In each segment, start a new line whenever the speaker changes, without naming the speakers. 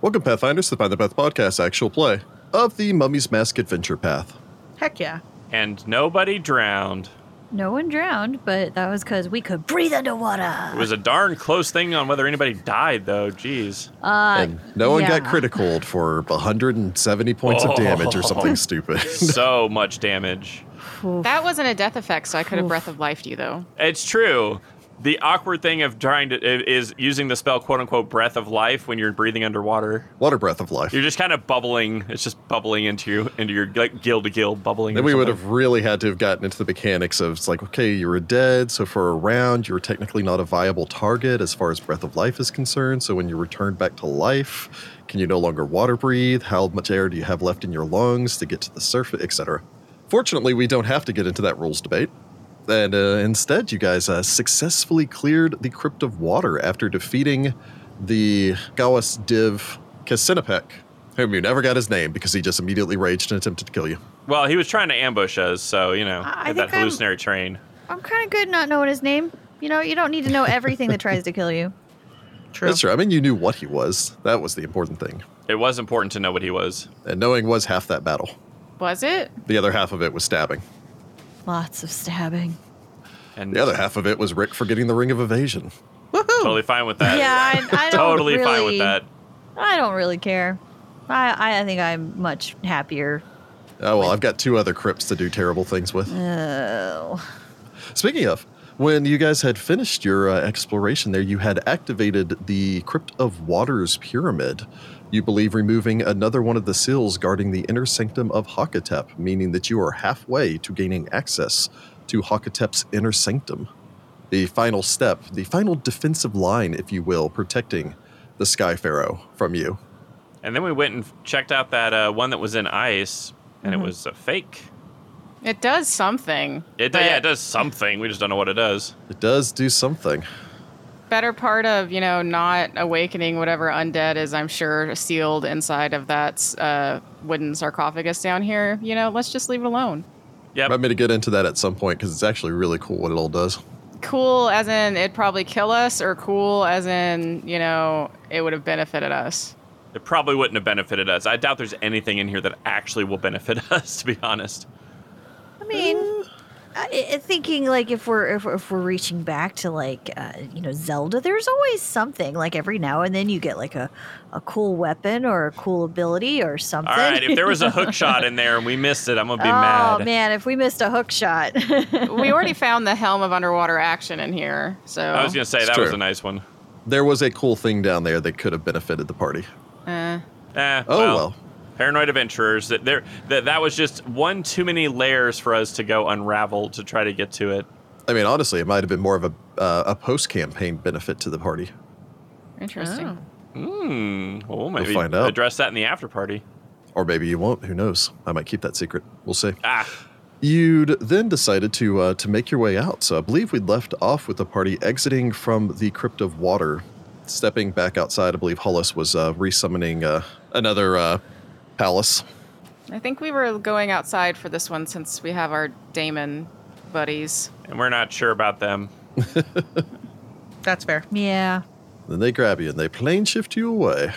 Welcome, Pathfinders, to the Find the Path podcast actual play of the Mummy's Mask Adventure Path.
Heck yeah.
and nobody drowned.
No one drowned, but that was because we could breathe
It
underwater.
was a darn close thing on whether anybody died, though. Jeez.
Uh,
and no one got
yeah.
critical for 170 points of damage or something stupid.
so much damage.
That wasn't a death effect, so I could have breath of life you though.
It's true. The awkward thing of trying to i- is using the spell "quote unquote" breath of life when you're breathing underwater.
Water breath of life.
You're just kind of bubbling. It's just bubbling into you, into your like gill to gill bubbling.
Then
or
we would
something.
have really had to have gotten into the mechanics of it's like, okay, you were dead, so for a round, you were technically not a viable target as far as breath of life is concerned. So when you return back to life, can you no longer water breathe? How much air do you have left in your lungs to get to the surface, etc.? Fortunately, we don't have to get into that rules debate. And uh, instead, you guys uh, successfully cleared the crypt of water after defeating the Gawas Div Kasinopec, whom you never got his name because he just immediately raged and attempted to kill you.
Well, he was trying to ambush us, so you know,
I- I
had that
think I'm-
hallucinatory train.
I'm kind of good not knowing his name. You know, you don't need to know everything that tries to kill you.
True.
That's true. I mean, you knew what he was. That was the important thing.
It was important to know what he was.
And knowing was half that battle.
Was it?
The other half of it was stabbing.
Lots of stabbing.
And
The other half of it was Rick forgetting the ring of evasion.
Woohoo.
totally fine with that.
Yeah, I, I don't
totally
really,
fine with that.
I don't really care. I, I think I'm much happier.
Oh, well, I've got two other crypts to do terrible things with.
Oh,
Speaking of, when you guys had finished your uh, exploration there, you had activated the Crypt of Waters Pyramid. You believe removing another one of the seals guarding the inner sanctum of Hakatep, meaning that you are halfway to gaining access to Hakatep's inner sanctum. The final step, the final defensive line, if you will, protecting the Sky Pharaoh from you.
And then we went and checked out that uh, one that was in ice, and
Mm-hmm.
it was a fake.
It does something.
It,
but
yeah, it does something. We just don't know what it does.
It does do something.
Better part of you know not awakening whatever undead is. I'm sure sealed inside of that uh, wooden sarcophagus down here. You know, let's just leave it alone.
Yep.
I'm going to get into that at some point because it's actually really cool what it all does.
Cool as in it'd probably kill us, or cool as in you know it would have benefited us.
It probably wouldn't have benefited us. I doubt there's anything in here that actually will benefit us, to be honest.
I mean, Uh, I, I- thinking like if we're if, we're- if we're reaching back to like uh, you know Zelda, there's always something. Like every now and then you get like a a cool weapon or a cool ability or something.
All right, if there was a hook shot in there and we missed it, I'm gonna be mad.
Oh man, if we missed a hook shot.
we already found the helm of underwater action in here, so
I was gonna say
It's
that was
true.
a nice one.
There was a cool thing down there that could have benefited the party.
Eh.
Eh,
Oh,
well,
well.
Paranoid adventurers. That there, that, that was just one too many layers for us to go unravel to try to get to it.
I mean, honestly, it might have been more of a uh, a post campaign benefit to the party.
interesting.
Oh.
Hmm. Well, we'll maybe
find out.
address that in the after party.
Or maybe you won't. Who knows? I might keep that secret. We'll see.
Ah,
You'd then decided to uh, to make your way out. So I believe we'd left off with the party exiting from the crypt of water, stepping back outside. I believe Hollis was uh, resummoning uh, another uh, palace.
I think we were going outside for this one since we have our Damon buddies.
and we're not sure about them.
That's fair.
yeah.
Then they grab you and they plane shift you away.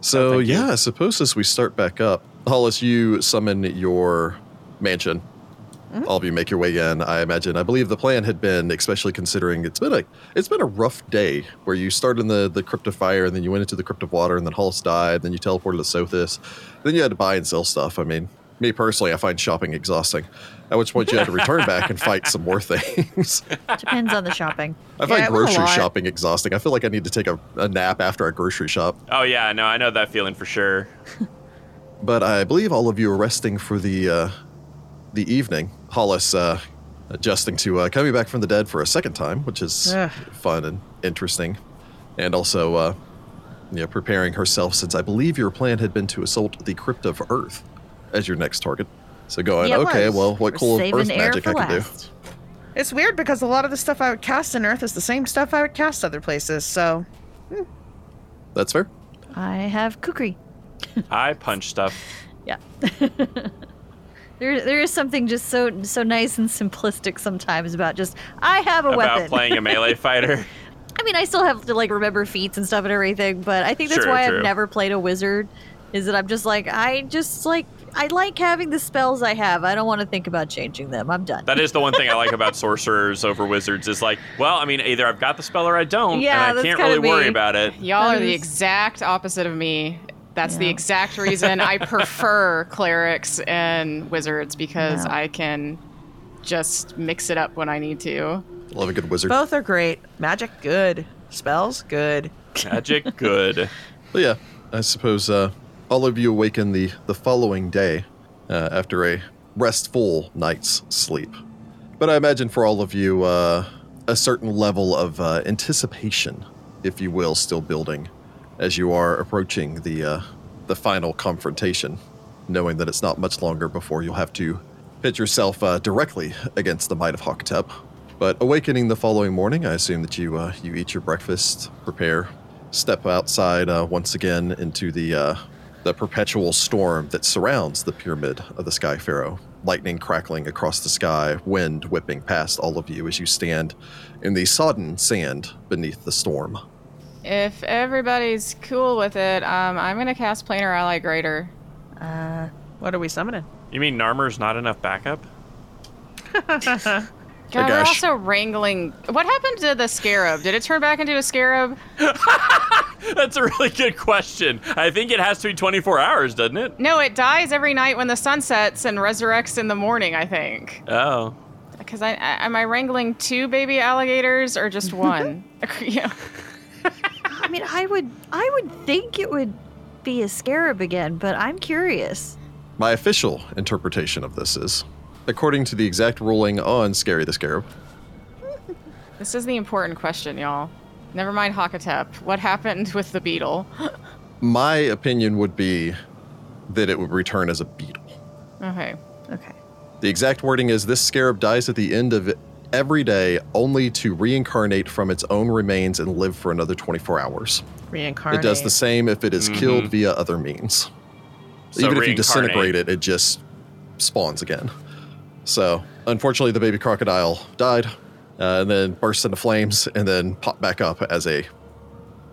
So
Oh, thank you.
yeah, I suppose as we start back up, Hollis, you summon your mansion. All of you make your way in. I imagine. I believe the plan had been, especially considering it's been a it's been a rough day where you started in the the crypt of fire and then you went into the crypt of water and then Hollis died. Then you teleported to Sothis. Then you had to buy and sell stuff. I mean, me personally, I find shopping exhausting. At which point you had to return back and fight some more things.
Depends on the shopping.
I find
Yeah, it was a
grocery
lot.
shopping exhausting. I feel like I need to take a, a nap after a grocery shop.
Oh yeah, no, I know that feeling for sure.
But I believe all of you are resting for the uh, the evening. Hollis uh, adjusting to uh, coming back from the dead for a second time, which is
Ugh.
fun and interesting, and also uh, you know, preparing herself since I believe your plan had been to assault the crypt of Earth as your next target. So going,
Yeah, it
okay,
was.
well, what
We're
cool
saving
Earth
air
magic I
for
can do?
last.
It's weird because a lot of the stuff I would cast in Earth is the same stuff I would cast other places. So
That's fair.
I have kukri.
I punch stuff.
Yeah. there, there is something just so so nice and simplistic sometimes about just I have a
about
weapon.
playing a melee fighter.
I mean, I still have to like remember feats and stuff and everything, but I think that's
Sure,
why
true.
I've never played a wizard. Is that I'm just like I just like I like having the spells I have. I don't want to think about changing them. I'm done.
That is the one thing I like about sorcerers over wizards is like, well, I mean, either I've got the spell or I don't, and
Yeah,
I
that's
can't
kinda
really worry
me.
about it.
Y'all are
That
the
is-
exact opposite of me. That's the
Yeah.
exact reason I prefer clerics and wizards because
Yeah.
I can just mix it up when I need to.
Love a good wizard.
Both are great. Magic, good. Spells, good.
Magic, good.
But yeah, I suppose uh, all of you awaken the, the following day uh, after a restful night's sleep. But I imagine for all of you, uh, a certain level of uh, anticipation, if you will, still building as you are approaching the, uh, the final confrontation, knowing that it's not much longer before you'll have to pit yourself uh, directly against the might of Hocktep. But awakening the following morning, I assume that you uh, you eat your breakfast, prepare, step outside uh, once again into the uh, the perpetual storm that surrounds the pyramid of the Sky Pharaoh. Lightning crackling across the sky, wind whipping past all of you as you stand in the sodden sand beneath the storm.
If everybody's cool with it, um, I'm gonna cast Planar Ally Greater.
What are we summoning?
You mean Narmer's not enough backup?
God, we're
gosh.
also wrangling. What happened to the scarab? Did it turn back into a scarab?
That's a really good question. I think it has to be 24 hours, doesn't it?
No, it dies every night when the sun sets and resurrects in the morning. I think.
Oh.
Because I, I am I wrangling two baby alligators or just one? yeah.
I mean, I would I would think it would be a scarab again, but I'm curious.
My official interpretation of this is, according to the exact ruling on Scary the Scarab,
This is the important question, y'all. Never mind Hakatep. What happened with the beetle?
my opinion would be that it would return as a beetle.
okay.
Okay.
The exact wording is this scarab dies at the end of every day only to reincarnate from its own remains and live for another 24 hours.
Reincarnate.
It does the same if it is killed
Mhm.
via other means. Even if
So
you
reincarnate.
disintegrate it, it just spawns again. So, unfortunately, the baby crocodile died uh, and then burst into flames and then popped back up as a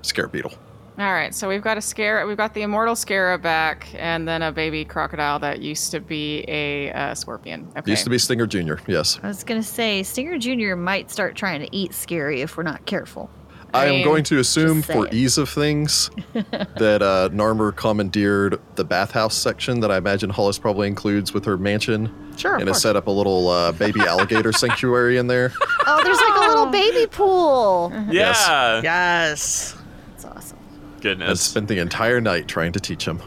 scarab beetle.
All right. So we've got a scare. We've got the immortal scarab back, and then a baby crocodile that used to be a uh, scorpion. Okay.
Used to be Stinger Jr., yes.
I was gonna say Stinger Jr. might start trying to eat Scary if we're not careful.
I, am
mean,
going to assume
just
for
saying.
ease of things that uh, Narmer commandeered the bathhouse section that I imagine Hollis probably includes with her mansion
Sure.
and
Of
has
course.
set up a little uh, baby alligator sanctuary in there.
Oh, there's like a little baby pool.
Yeah.
Yes.
yes.
That's awesome.
And
Goodness.
spent the entire night trying to teach him.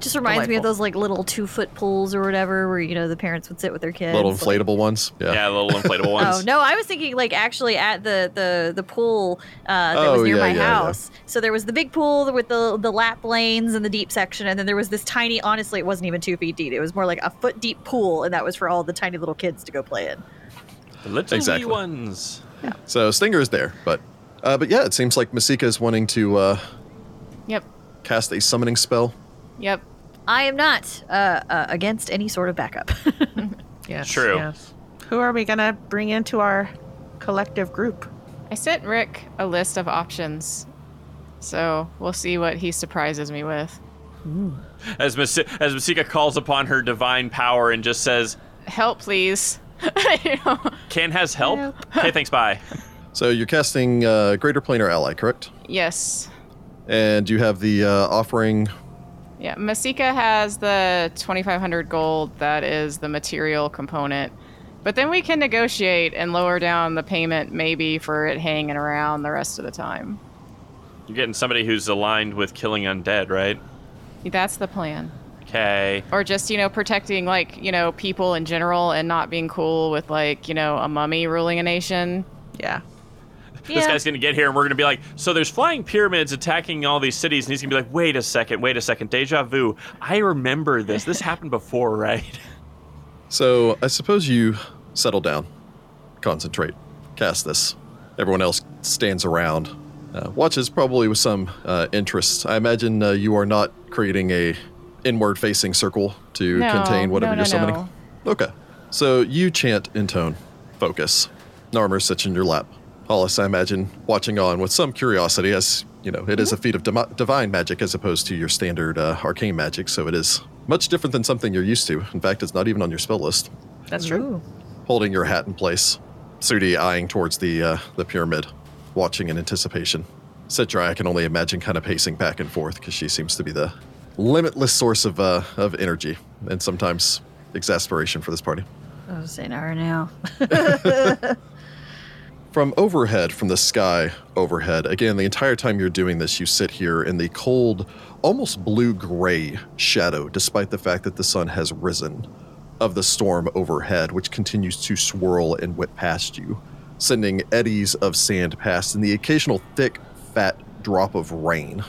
Just reminds me of
Delightful.
those like little two foot pools or whatever where you know the parents would sit with their kids.
little
like-
inflatable ones. Yeah.
Yeah, little inflatable
Oh
ones.
no! I was thinking like actually at the the the pool uh, that
Oh,
was near
yeah,
my
yeah, yeah.
house. So there was the big pool with the the lap lanes and the deep section, and then there was this tiny. Honestly, it wasn't even two feet deep. It was more like a foot deep pool, and that was for all the tiny little kids to go play in.
The Little
Exactly.
wee ones.
So Stinger is there, but uh, but yeah, it seems like Masika is wanting to uh,
Yep.
cast a summoning spell.
Yep.
I am not uh, uh, against any sort of backup.
Yes.
True.
Yes. Who are we gonna bring into our collective group?
I sent Rick a list of options, so we'll see what he surprises me with.
As, Mas- as Masika calls upon her divine power and just says,
Help, please. You know?
Can has help?
Help.
Okay, thanks, bye.
So you're casting uh, Greater Planar Ally, correct?
Yes.
And you have the uh, offering.
Yeah, Masika has the 2500 gold that is the material component. But then we can negotiate and lower down the payment maybe for it hanging around the rest of the time.
You're getting somebody who's aligned with killing undead, right?
That's the plan.
Okay.
Or just, you know, protecting like, you know, people in general and not being cool with like, you know, a mummy ruling a nation.
Yeah.
This guy's gonna get here and we're gonna be like, so there's flying pyramids attacking all these cities, and he's gonna be like, wait a second, wait a second, deja vu. I remember this. This happened before, right?
So I suppose you settle down, concentrate, cast this. Everyone else stands around, uh, watches probably with some uh, interest. I imagine uh, you are not creating a inward-facing circle to
No,
contain whatever
no,
you're
no,
summoning.
no.
Okay. So you chant in tone, focus. Narmer sits in your lap. Hollis, I imagine, watching on with some curiosity, as you know, it is a
Mm-hmm.
feat of demi- divine magic as opposed to your standard uh, arcane magic, so it is much different than something you're used to. In fact, it's not even on your spell list.
That's true.
Ooh.
Holding your hat in place, Sudi eyeing towards the uh, the pyramid, watching in anticipation. Citra, I can only imagine, kind of pacing back and forth because she seems to be the limitless source of uh, of energy and sometimes exasperation for this party.
I was saying, hour now.
From overhead, from the sky overhead, again, the entire time you're doing this, you sit here in the cold, almost blue gray shadow, despite the fact that the sun has risen, of the storm overhead, which continues to swirl and whip past you, sending eddies of sand past and the occasional thick, fat drop of rain,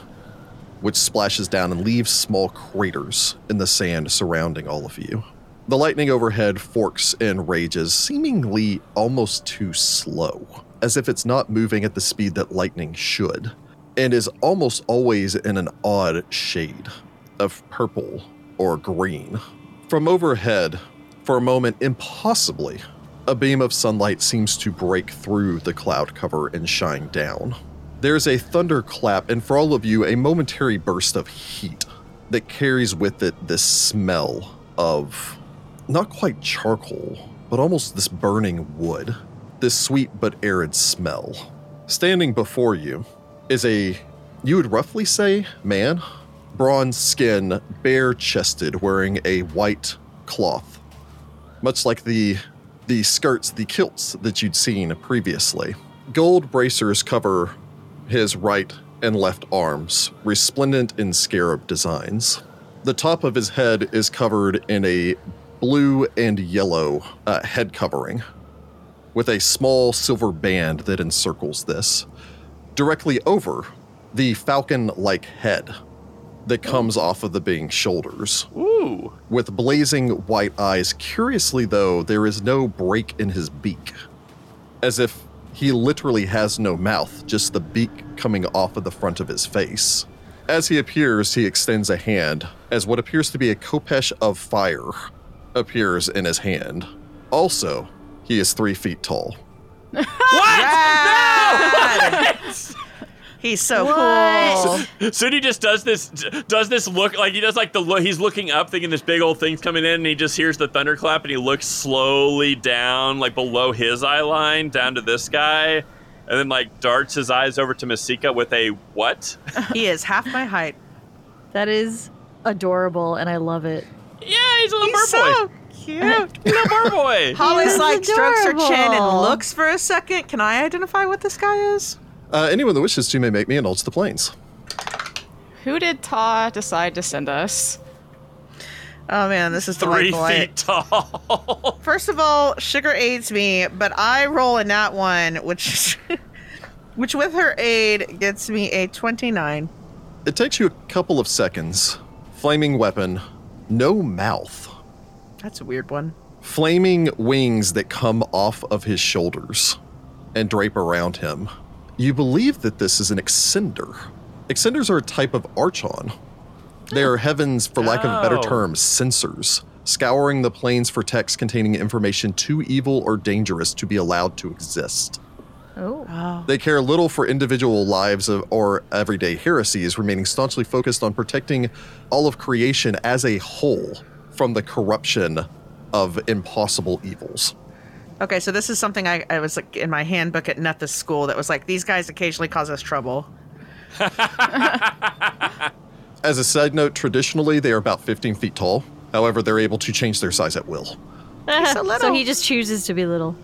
which splashes down and leaves small craters in the sand surrounding all of you. The lightning overhead forks and rages, seemingly almost too slow, as if it's not moving at the speed that lightning should, and is almost always in an odd shade of purple or green. From overhead, for a moment, impossibly, a beam of sunlight seems to break through the cloud cover and shine down. There's a thunderclap, and for all of you, a momentary burst of heat that carries with it this smell of not quite charcoal, but almost this burning wood, this sweet but arid smell. Standing before you is a, you would roughly say, man, bronze skin, bare chested, wearing a white cloth, much like the the skirts, the kilts that you'd seen previously. Gold bracers cover his right and left arms, resplendent in scarab designs. The top of his head is covered in a blue and yellow uh, head covering, with a small silver band that encircles this. Directly over the falcon like head that comes off of the being's shoulders
Ooh.
with blazing white eyes. Curiously, though, there is no break in his beak, as if he literally has no mouth, just the beak coming off of the front of his face. As he appears, he extends a hand, as what appears to be a kopesh of fire appears in his hand. Also, he is three feet tall.
What?
He's so
What?
cool.
Sudi just does this does this look like he does like the look he's looking up thinking this big old thing's coming in and he just hears the thunderclap and he looks slowly down like below his eye line down to this guy and then like darts his eyes over to Masika with a what?
He is half my height.
That is adorable, and I love it.
Yeah, he's a little
He's
bird
so
boy.
cute.
Little bird boy.
Holly's
That's
like strokes her chin and
adorable.
looks for a second. Can I identify what this guy is?
Uh, anyone that wishes to may make me an to the plains.
Who did Ta decide to send us?
Oh man, this is
Three
delightful. I-
feet tall.
First of all, Sugar aids me, but I roll in that one, which, which with her aid gets me a twenty-nine.
It takes you a couple of seconds. Flaming weapon, no mouth.
That's a weird one.
flaming wings that come off of his shoulders and drape around him. You believe that this is an extender. Extenders are a type of archon. They are heavens, for lack of a better
Oh.
term, censors, scouring the plains for texts containing information too evil or dangerous to be allowed to exist.
Oh,
Oh,
They care little for individual lives of, or everyday heresies, remaining staunchly focused on protecting all of creation as a whole from the corruption of impossible evils.
okay. So this is something I, I was like in my handbook at Nethus School that was like these guys occasionally cause us trouble.
As a side note, traditionally they are about 15 feet tall. However, they're able to change their size at will.
so,
little.
he just chooses to be little.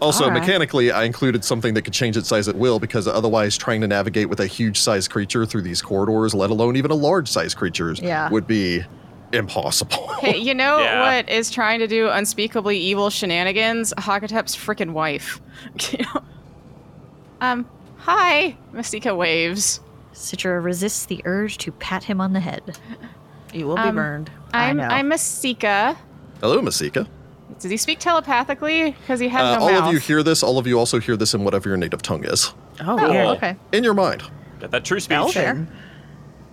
Also,
All right.
mechanically, I included something that could change its size at will because otherwise, trying to navigate with a huge sized creature through these corridors, let alone even a large sized creature,
Yeah.
would be impossible.
Hey, you know
Yeah.
what is trying to do unspeakably evil shenanigans? Hakatep's freaking wife. You know? um, hi. Masika waves.
Citra resists the urge to pat him on the head.
You will be
Um,
burned. I
I'm
know.
I'm Masika.
Hello, Masika.
Does he speak telepathically? Because he has
Uh,
no
all
mouth.
of you hear this. All of you also hear this in whatever your native tongue is.
oh,
Cool.
weird.
Okay.
In your mind.
Got that true speech.
Elven.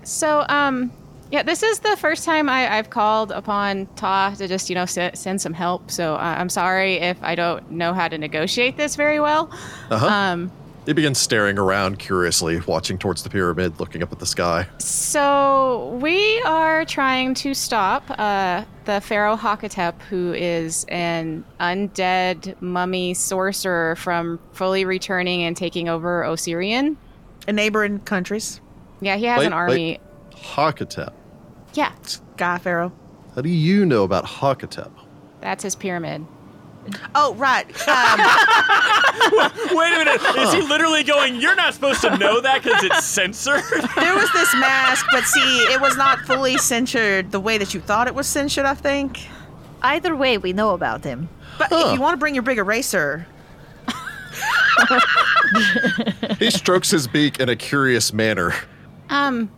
So, um, Yeah, this is the first time I, I've called upon Ta to just, you know, se- send some help. So uh, I'm sorry if I don't know how to negotiate this very well.
Uh-huh.
Um,
He begins staring around curiously, watching towards the pyramid, looking up at the sky.
So we are trying to stop uh, the Pharaoh Hakatep, who is an undead mummy sorcerer, from fully returning and taking over Osirian.
In neighboring countries,
Yeah, he has
Wait,
an army.
Hakatep.
Yeah,
Guy Pharaoh.
How do you know about Hakatep?
that's his pyramid.
Oh, right. Um,
Wait a minute. Is he literally going, you're not supposed to know that because it's censored?
there was this mask, but see, it was not fully censured the way that you thought it was censured, I think.
Either way, we know about them.
But
Huh.
if you want to bring your big eraser,
He strokes his beak in a curious manner.
Um.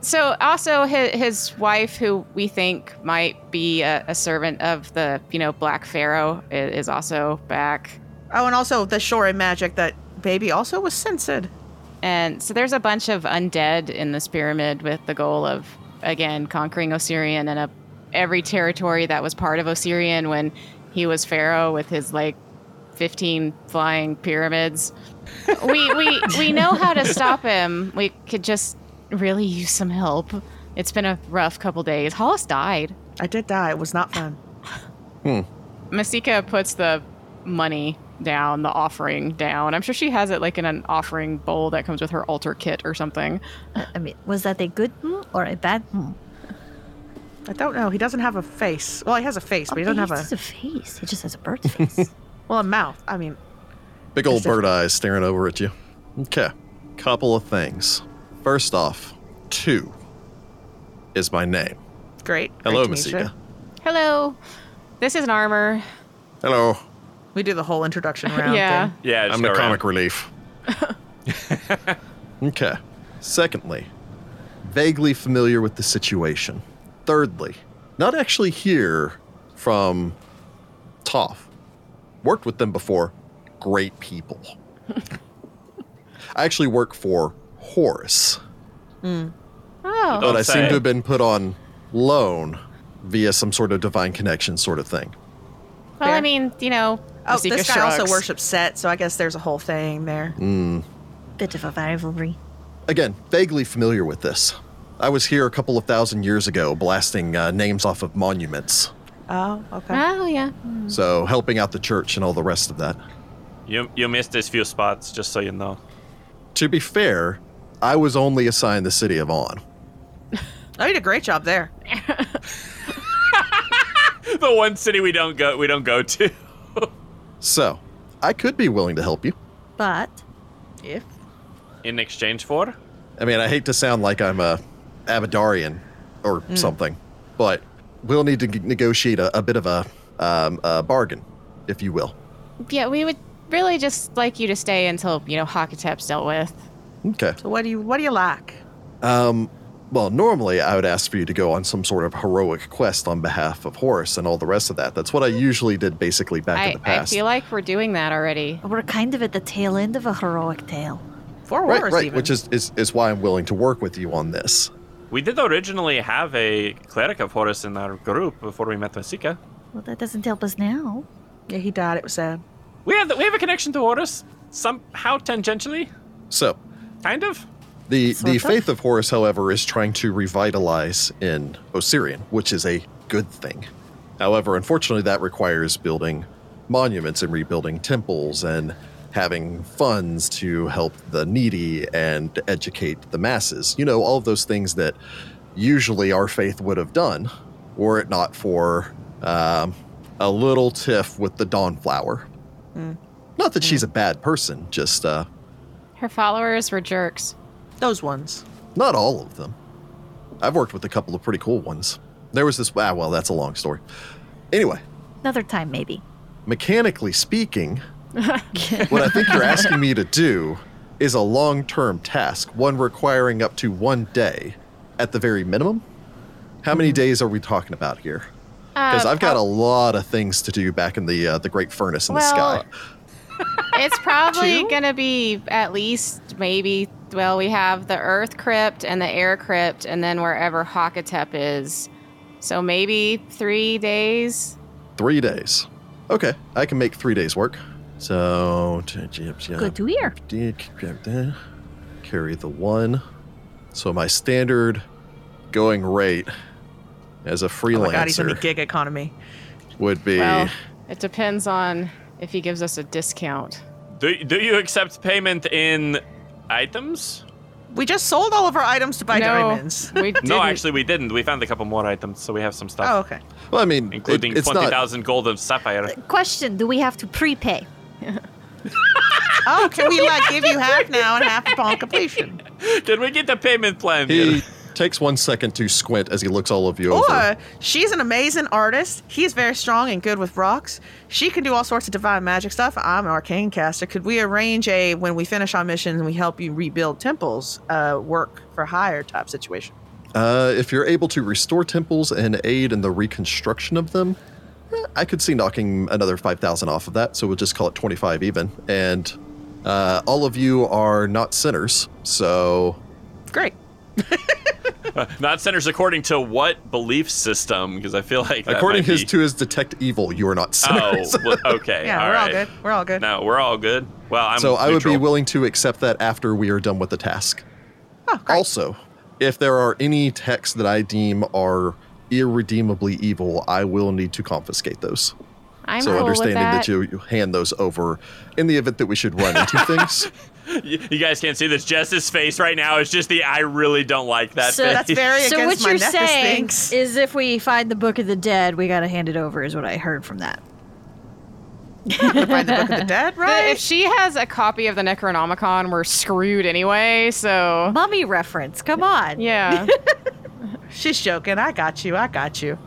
So also his, his wife, who we think might be a, a servant of the you know Black Pharaoh, i- is also back.
oh, and also the shore and magic that baby also was censored.
And so there's a bunch of undead in this pyramid with the goal of, again, conquering Osirian and a, every territory that was part of Osirian when he was pharaoh with his like 15 flying pyramids. We, we, we know how to stop him. We could just really use some help. It's been a rough couple days. Hollis died.
I did die. It was not fun.
Masika puts the money down, the offering down. I'm sure she has it like in an offering bowl that comes with her altar kit or something.
I I mean, was that a good hmm or a bad hmm?
I don't know. He doesn't have a face. Well, he has a face, but he doesn't have
It's
a
just Oh, face. It just has a bird's face.
well a mouth. I mean,
Big old
Just a-
bird eyes staring over at you. Okay. Couple of things. First off, two is my name.
great. great
Hello,
to meet you.
Masika.
Hello. This is an armor.
Hello.
We do the whole introduction round.
yeah.
Thing.
Yeah, just
I'm the
go around.
comic relief. okay. Secondly, vaguely familiar with the situation. Thirdly, not actually here from Toff. Worked with them before. Great people. I actually work for Horus,
Oh.
but I
Don't
seem
say.
to have been put on loan via some sort of divine connection sort of thing.
well, I
fair.
mean, you know.
Oh,
Masika
this guy also
shrugs.
worships Set, so I guess there's a whole thing there.
Mm.
Bit of a rivalry.
again, vaguely familiar with this. I was here a couple of thousand years ago blasting uh, names off of monuments.
Oh, okay.
Oh, yeah.
So helping out the church and all the rest of that.
You, you missed these few spots, just so you know.
To be fair, I was only assigned the city of On.
Oh, you did a great job there.
The one city we don't go we don't go to.
So I could be willing to help you.
But
If
In exchange for?
I mean, I hate to sound like I'm a Abadarian or something, but we'll need to g- negotiate a, a bit of a, um, a bargain, if you will.
Yeah, we would really just like you to stay until, you know, Hakatep's dealt with.
Okay.
so, what do you what do you like?
Um, well, normally I would ask for you to go on some sort of heroic quest on behalf of Horus and all the rest of that. That's what I usually did basically back in
I,
the
I
past.
feel like we're doing that already.
we're kind of at the tail end of a heroic tale.
Four
right,
wars,
right,
even.
which is, is, is why I'm willing to work with you on this.
We did originally have a cleric of Horus in our group before we met Masika.
Well, that doesn't help us now.
yeah, he died. It was sad.
We have the, we have a connection to Horus somehow tangentially,
So,
kind of.
the,
Sort
the
of.
faith of Horus, however, is trying to revitalize in Osirian, which is a good thing. However, unfortunately, that requires building monuments and rebuilding temples and having funds to help the needy and educate the masses. You know, all of those things that usually our faith would have done were it not for um, a little tiff with the Dawnflower. Not that she's a bad person, just uh,
Her followers were jerks.
Those ones.
not all of them. I've worked with a couple of pretty cool ones. There was this, ah, well, that's a long story. Anyway,
Another time, maybe.
mechanically speaking, what I think you're asking me to do is a long term task, one requiring up to one day at the very minimum. How many days are we talking about here? Because I've got a lot of things to do back in the uh, the Great Furnace in
Well-
the sky.
It's probably
Two?
going to be at least maybe Well, we have the Earth crypt and the Air crypt, and then wherever Hakatep is. So maybe three days.
Three days. Okay, I can make three days work. So, good
Good to hear.
Carry the one. So my standard going rate as a
Oh my god, he's in
freelancer
the gig economy.
would be
Well, it depends on if he gives us a discount.
Do, do you accept payment in items?
We just sold all of our items to buy
no,
diamonds.
we didn't.
No, actually, we didn't. We found a couple more items, so we have some stuff.
Oh, okay.
well, I mean, it-
Including
it's not
20,000 gold and sapphire.
Question: Do we have to prepay?
Oh, can we like give you half now and half upon completion?
Can we get the payment plan
He
here?
takes one second to squint as he looks all of you over.
Or she's an amazing artist. He's very strong and good with rocks. She can do all sorts of divine magic stuff. I'm an arcane caster. Could we arrange a when we finish our mission and we help you rebuild temples, uh, work for hire type situation?
Uh, if you're able to restore temples and aid in the reconstruction of them, eh, I could see knocking another 5,000 off of that, so we'll just call it 25 even. And uh, all of you are not sinners, so
Great.
Not centers according to what belief system? Because I feel like that
according
might be...
his, to his detect evil, you are not
Oh,
sinners.
well, okay.
Yeah,
all
we're
right.
all good. We're all good.
No, we're all good. Well, I'm
so I would be
neutral.
willing to accept that after we are done with the task. also, if there are any texts that I deem are irredeemably evil, I will need to confiscate those.
I'm
so
cool
understanding
with that.
that. you you hand those over in the event that we should run into things.
You, you guys can't see this. Jess's face right now is just the I really don't like that
So
face.
That's very
so what
against my
you're
Nephthys
saying
things.
is, if we find the Book of the Dead, we gotta hand it over. Is what I heard from that.
We'll find the Book of the Dead,
But
right?
if she has a copy of the Necronomicon, we're screwed anyway. So
Mummy reference. Come on.
yeah,
She's joking. I got you. I got you.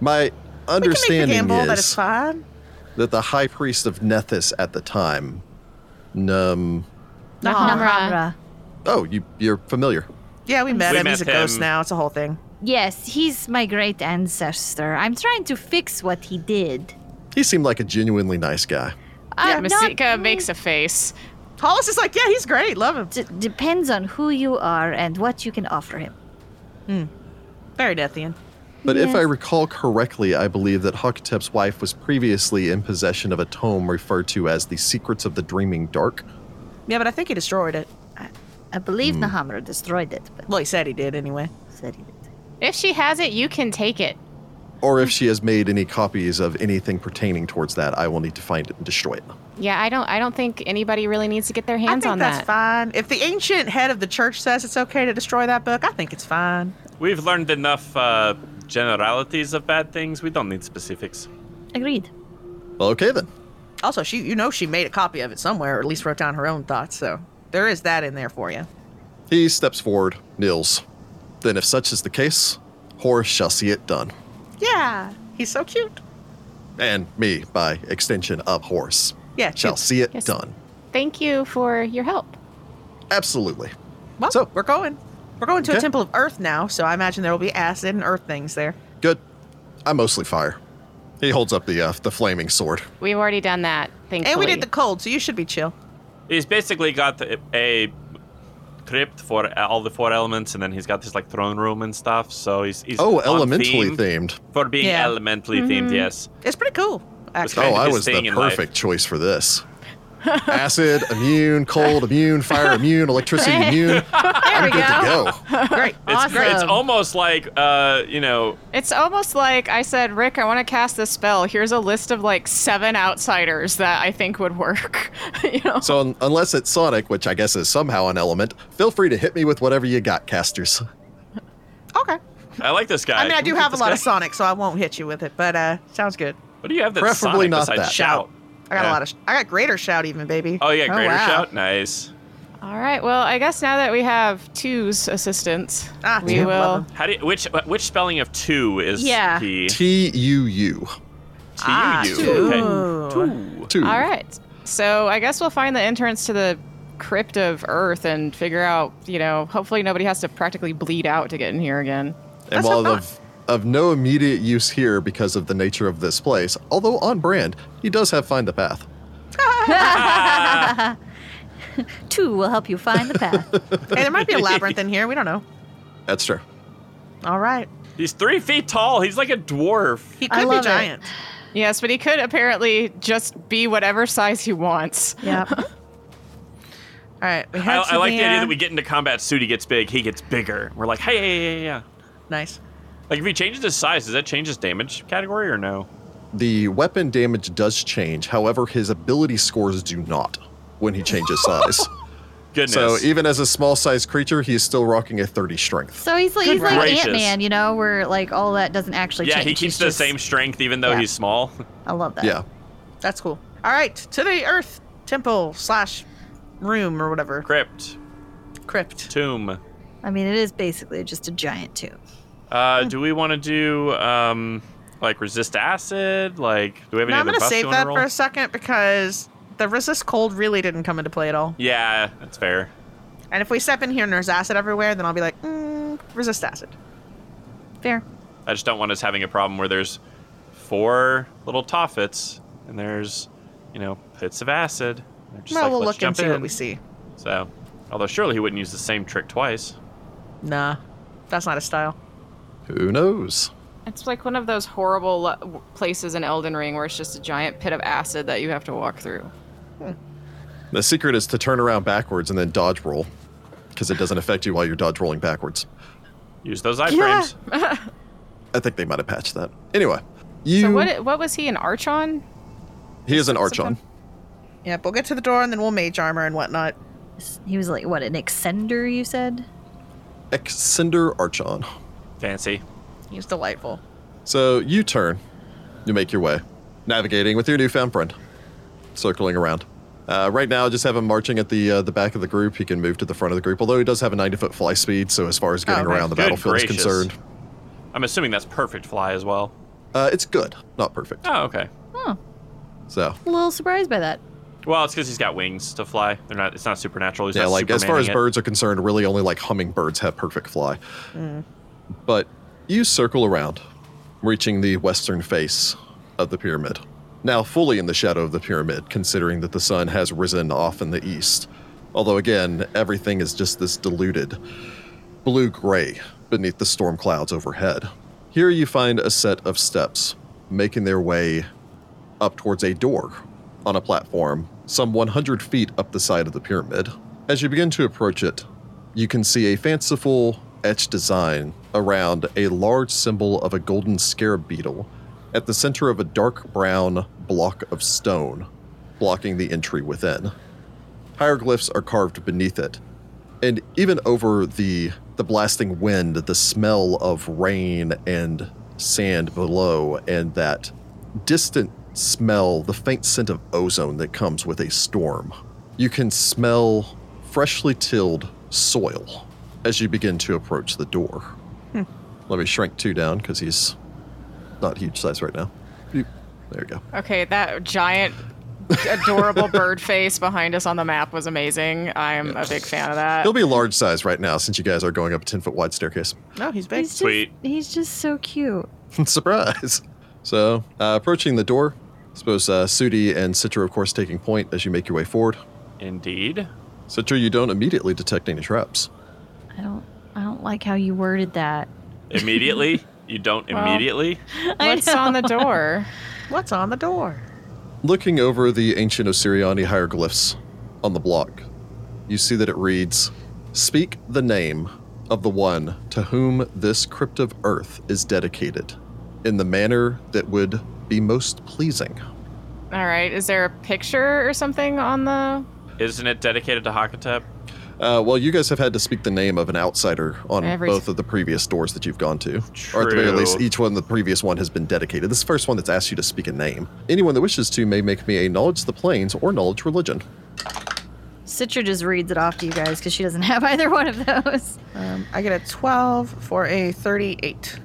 My
We can make the
understanding
gamble that it's
is that,
fine.
the high priest of Nethys at the time, um,
Uh-huh.
Namra.
Namra.
oh, you you're familiar.
Yeah, we met
We
him. He's a
met
ghost
him.
now. It's a whole thing.
Yes, he's my great ancestor. I'm trying to fix what he did.
He seemed like a genuinely nice guy.
Uh,
I'm
Masika makes a face.
Hollis is like, yeah, he's great. Love him.
D- depends on who you are and what you can offer him.
Very Nethian.
But if
Yes.
I recall correctly, I believe that Hakatep's wife was previously in possession of a tome referred to as the Secrets of the Dreaming Dark.
Yeah, but I think he destroyed it.
I
Mm.
believe Nahamra destroyed it, but
Well, he said he did anyway.
said he did.
If she has it, you can take it.
Or if she has made any copies of anything pertaining towards that, I will need to find it and destroy it.
Yeah, I don't. I don't think anybody really needs to get their hands
I think
on
that's
that.
fine. If the ancient head of the church says it's okay to destroy that book, I think it's fine.
We've learned enough uh, generalities of bad things. We don't need specifics.
Agreed.
Well, okay then.
Also, she you know she made a copy of it somewhere, or at least wrote down her own thoughts, so there is that in there for you.
He steps forward, kneels. Then, if such is the case, Horus shall see it done.
Yeah. He's so cute.
And me, by extension of Horus,
Yeah,
shall
cute.
see it
Yes.
done.
Thank you for your help.
Absolutely.
Well,
So-
we're going. We're going to a
Okay.
temple of earth now, so I imagine there will be acid and earth things there.
Good. I'm mostly fire. He holds up the uh, the flaming sword.
We've already done that. Thankfully.
And we did the cold, so you should be chill.
He's basically got a, a crypt for all the four elements, and then he's got this like throne room and stuff. So he's, he's
Oh,
on
elementally
theme
themed.
for being
Yeah. Mm-hmm.
elementally themed. Yes,
It's pretty cool, actually.
kind
Oh,
of
I
his
was
thing
the
in life.
perfect choice for this. Acid, immune, cold, immune, fire, immune, electricity, immune.
There we
Good to go.
Great.
it's it's
Awesome.
almost like uh, you know
It's almost like I said, Rick, I want to cast this spell. Here's a list of like seven outsiders that I think would work. you know.
So un- unless it's Sonic, which I guess is somehow an element, feel free to hit me with whatever you got, casters.
Okay.
I like this guy.
I mean, I
Can
do
we get
have a
this
lot
guy?
of Sonic, so I won't hit you with it, but uh sounds good.
What do you have that's
Preferably
Sonic
not
besides
that.
shout?
I got
Yeah.
a lot of. Sh- I got greater shout even, baby.
Oh yeah, greater
wow.
shout. Nice.
All right. Well, I guess now that we have two's assistants,
Ah,
we
two,
will.
love 'em.
How do you, which which spelling of two is
Yeah.
T? T
T U U.
Ah,
U.
two.
Okay.
Two.
All right. So I guess we'll find the entrance to the crypt of Earth and figure out. You know, hopefully nobody has to practically bleed out to get in here again.
And
That's not
while
bad.
of, of no immediate use here because of the nature of this place, although on brand, he does have Find the Path.
Two will help you find the path.
Hey, there might be a labyrinth in here. We don't know.
That's true.
All right.
He's three feet tall. He's like a dwarf.
He could
I
be
love it.
giant.
Yes, but he could apparently just be whatever size he wants.
yeah.
All right. We
I,
have
I like the idea
Savannah.
that we get into combat suit. He gets big. He gets bigger. We're like, hey, yeah, yeah, yeah, yeah.
Nice.
Like if he changes his size, does that change his damage category or no?
The weapon damage does change. However, his ability scores do not when he changes size.
Goodness.
so even as a small sized creature, he is still rocking a 30 strength.
So he's like he's like
gracious.
Ant Man, you know, where like all that doesn't actually
yeah,
change.
he keeps
It's
the
just-
same strength even though
yeah.
he's small.
I love that.
Yeah.
That's cool. All right. To the Earth Temple slash room or whatever
Crypt,
crypt.
tomb.
I mean, it is basically just a giant tube.
Uh, do we want to do um, like resist acid? Like, do we have any
Now I'm
other
gonna
buffs
save
you wanna
that
roll?
for a second because the resist cold really didn't come into play at all.
Yeah, that's fair.
And if we step in here and there's acid everywhere, then I'll be like, mm, resist acid.
Fair.
I just don't want us having a problem where there's four little toffets and there's, you know, pits of acid. They're just
well,
like,
we'll
"Let's
look and
jump
see
in."
what we see.
So, although surely he wouldn't use the same trick twice.
Nah, that's not a style.
Who knows?
It's like one of those horrible lo- w- places in Elden Ring where it's just a giant pit of acid that you have to walk through.
The secret is to turn around backwards and then dodge roll because it doesn't affect you while you're dodge rolling backwards.
Use those iframes.
I think they might have patched that. Anyway, you
So what? What was he an Archon?
he is an archon.
Yep, we'll get to the door and then we'll mage armor and whatnot.
He was like what an extender, you said?
Excinder archon.
Fancy.
He's delightful.
So you turn, you make your way, navigating with your newfound friend, circling around. Uh, right now, just have him marching at the uh, the back of the group. He can move to the front of the group, although he does have a 90 foot fly speed. So as far as getting
Oh, okay.
around the
Good
battlefield
gracious.
is concerned,
I'm assuming that's perfect fly as well.
uh, it's good, not perfect.
Oh, okay.
Huh.
So
A little surprised by that.
Well, it's because he's got wings to fly. They're not. It's not supernatural. He's
yeah,
not
like as far
Supermaning
as
it.
birds are concerned, really only like hummingbirds have perfect fly. But you circle around, reaching the western face of the pyramid. Now fully in the shadow of the pyramid, considering that the sun has risen off in the east. Although again, everything is just this diluted blue gray beneath the storm clouds overhead. Here you find a set of steps making their way up towards a door on a platform some 100 feet up the side of the pyramid. As you begin to approach it, you can see a fanciful etched design around a large symbol of a golden scarab beetle at the center of a dark brown block of stone, blocking the entry within. Hieroglyphs are carved beneath it, and even over the the blasting wind, the smell of rain and sand below, and that distant smell, the faint scent of ozone that comes with a storm. You can smell freshly tilled soil as you begin to approach the door. Let me shrink two down because he's not huge size right now. Boop. There we go.
Okay, that giant, adorable bird face behind us on the map was amazing. I'm a big fan of that.
He'll be large size right now since you guys are going up a 10 foot wide staircase.
No, he's big.
He's just,
Sweet.
He's just so cute.
Surprise! So, uh, approaching the door, I suppose uh, Sudi and Citra, of course, taking point as you make your way forward.
Indeed.
Citra, you don't immediately detect any traps.
I don't I don't like how you worded that.
Immediately. you don't
Well.
immediately.
What's on the door?
What's on the door?
Looking over the ancient Osiriani hieroglyphs on the block, you see that it reads Speak the name of the one to whom this crypt of earth is dedicated in the manner that would be most pleasing.
All right, is there a picture or something on the?
Isn't it dedicated to Hakatep?
Uh, well, you guys have had to speak the name of an outsider on
Every-
both of the previous doors that you've gone to. Or at the very
True.
least, each one, the previous one has been dedicated. This is the first one that's asked you to speak a name. Anyone that wishes to may make me a knowledge of the planes or knowledge religion.
Citra just reads it off to you guys because she doesn't have either one of those.
Um, I get a 12 for a 38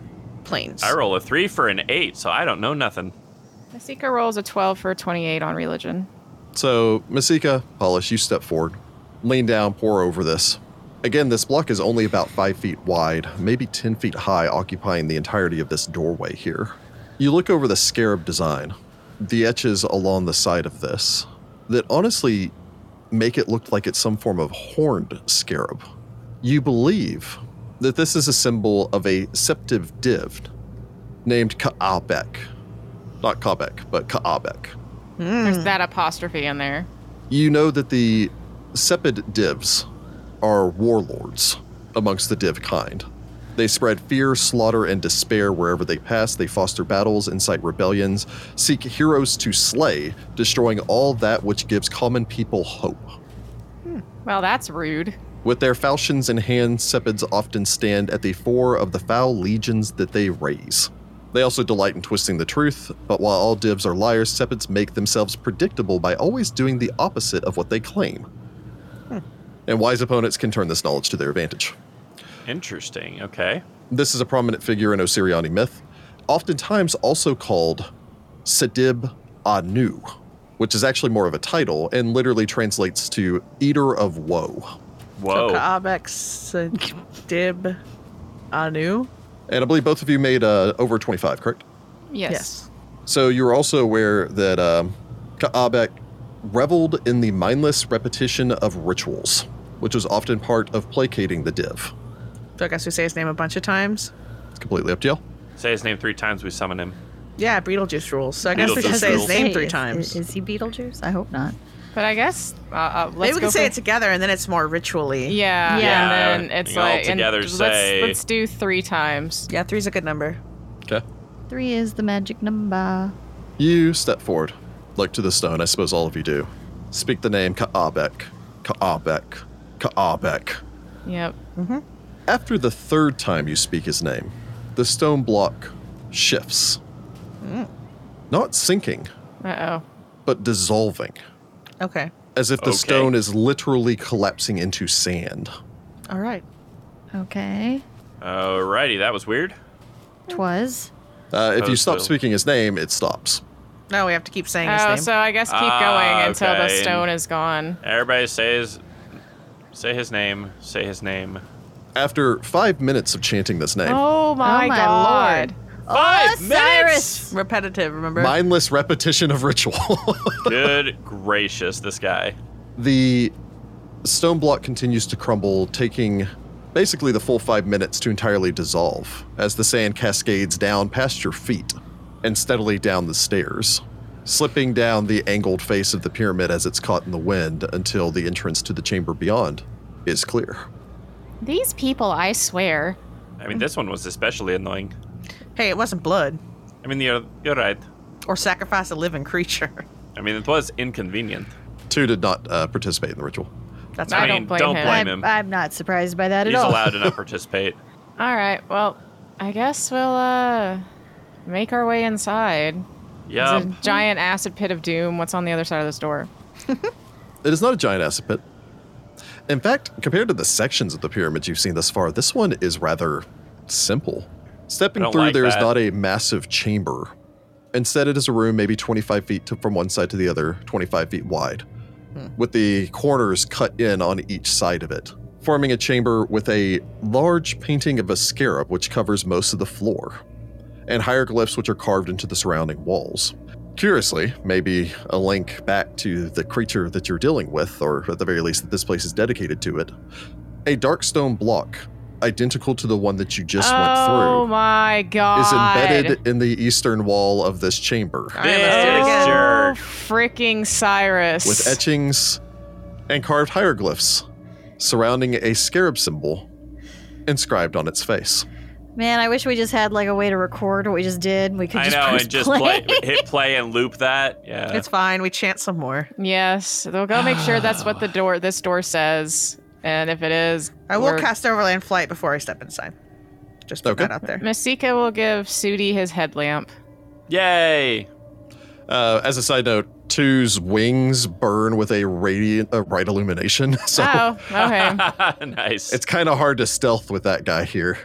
planes.
I roll a three for an eight, so I don't know nothing.
Masika rolls a 12 for a 28 on religion.
So, Masika, Polish, you step forward, lean down, pour over this. Again, this block is only about five feet wide, maybe 10 feet high, occupying the entirety of this doorway here. You look over the scarab design, the etches along the side of this, that honestly, make it look like it's some form of horned scarab. You believe that this is a symbol of a septive div named Kaabek. Not Kaabek, but Kaabek.
Hmm.
There's that apostrophe in there.
You know that the sepid divs are warlords amongst the div kind. They spread fear, slaughter, and despair wherever they pass. They foster battles, incite rebellions, seek heroes to slay, destroying all that which gives common people hope.
Well, that's rude.
With their falchions in hand, Sepids often stand at the fore of the foul legions that they raise. They also delight in twisting the truth, but while all divs are liars, Sepids make themselves predictable by always doing the opposite of what they claim. And wise opponents can turn this knowledge to their advantage.
Interesting. Okay.
This is a prominent figure in Osiriani myth, oftentimes also called Sedib Anu, which is actually more of a title and literally translates to Eater of Woe.
Whoa.
So Kaabex uh, Dib Anu.
And I believe both of you made uh, over 25, correct?
Yes.
So you were also aware that um, Kaabek reveled in the mindless repetition of rituals, which was often part of placating the div.
So I guess we say his name a bunch of times.
It's completely up to you.
Say his name three times. We summon him.
Yeah, Beetlejuice rules. So I guess we should
Beetlejuice
say his
rules.
name
Hey,
three
is-
times.
Is, is he Beetlejuice? I hope not.
But I guess uh, uh, let's
Maybe we
go
can say
for-
it together and then it's more ritually.
Yeah,
Yeah.
and then it's
All
like
together
and
say-
let's, let's do three times.
Yeah, three's a good number.
Okay.
Three is the magic number.
You step forward, look to the stone. I suppose all of you do. Speak the name Kaabek, Kaabek, Kaabek.
Yep.
After the third time you speak his name, the stone block shifts, not sinking,
Uh oh.
but dissolving,
Okay.
as if the
Okay.
stone is literally collapsing into sand.
All right.
Okay.
Alrighty, that was weird.
Twas.
Uh, if you
Opposed
stop
to-
speaking his name, it stops.
No, we have to keep saying his
Oh,
name.
so I guess keep
Ah,
going until the
okay.
stone is gone.
Everybody says, say his name. Say his name.
After five minutes of chanting this name,
Oh my,
oh my
god.
lord.
Five
Osiris!
Repetitive, remember?
mindless repetition of ritual.
Good gracious, this guy.
the stone block continues to crumble, taking basically the full five minutes to entirely dissolve as the sand cascades down past your feet and steadily down the stairs, slipping down the angled face of the pyramid as it's caught in the wind until the entrance to the chamber beyond is clear.
These people, I swear.
I mean, this one was especially annoying.
hey, it wasn't blood
I mean, you're you're right.
or sacrifice a living creature.
I mean, it was inconvenient.
Two did not uh, participate in the ritual.
That's
I,
I
right.
don't
mean,
blame
don't
him.
blame
I'm,
him.
I'm not surprised by that
He's
at all.
allowed to not participate.
All right. Well, I guess we'll uh make our way inside.
Yeah.
There's a giant acid pit of doom. What's on the other side of this door?
It is not a giant acid pit. In fact, compared to the sections of the pyramid you've seen thus far, this one is rather simple.
I
Stepping
don't
through,
like
there is
that.
not a massive chamber. Instead, it is a room maybe 25 feet to, from one side to the other, 25 feet wide, with the corners cut in on each side of it, forming a chamber with a large painting of a scarab which covers most of the floor, and hieroglyphs which are carved into the surrounding walls. Curiously, maybe a link back to the creature that you're dealing with, or at the very least that this place is dedicated to it. A dark stone block, identical to the one that you just went
oh
through,
my god.
is embedded in the eastern wall of this chamber
All right, let's do it
Big
again.
jerk.
Oh, freaking Cyrus.
with etchings and carved hieroglyphs surrounding a scarab symbol inscribed on its face.
Man, I wish we just had like a way to record what we just did. We could
I
just
know,
press
and just
play.
play, hit play and loop that. Yeah.
It's fine. We chant some more.
Yes, they'll go make sure that's what the door this door says, and if it is,
I will
we're-
cast overland flight before I step inside. Just put
Okay.
that out there.
Masika will give Sudi his headlamp.
Yay!
Uh, as a side note, Two's wings burn with a radiant, uh, bright illumination, so
Oh, okay,
nice.
it's kind of hard to stealth with that guy here.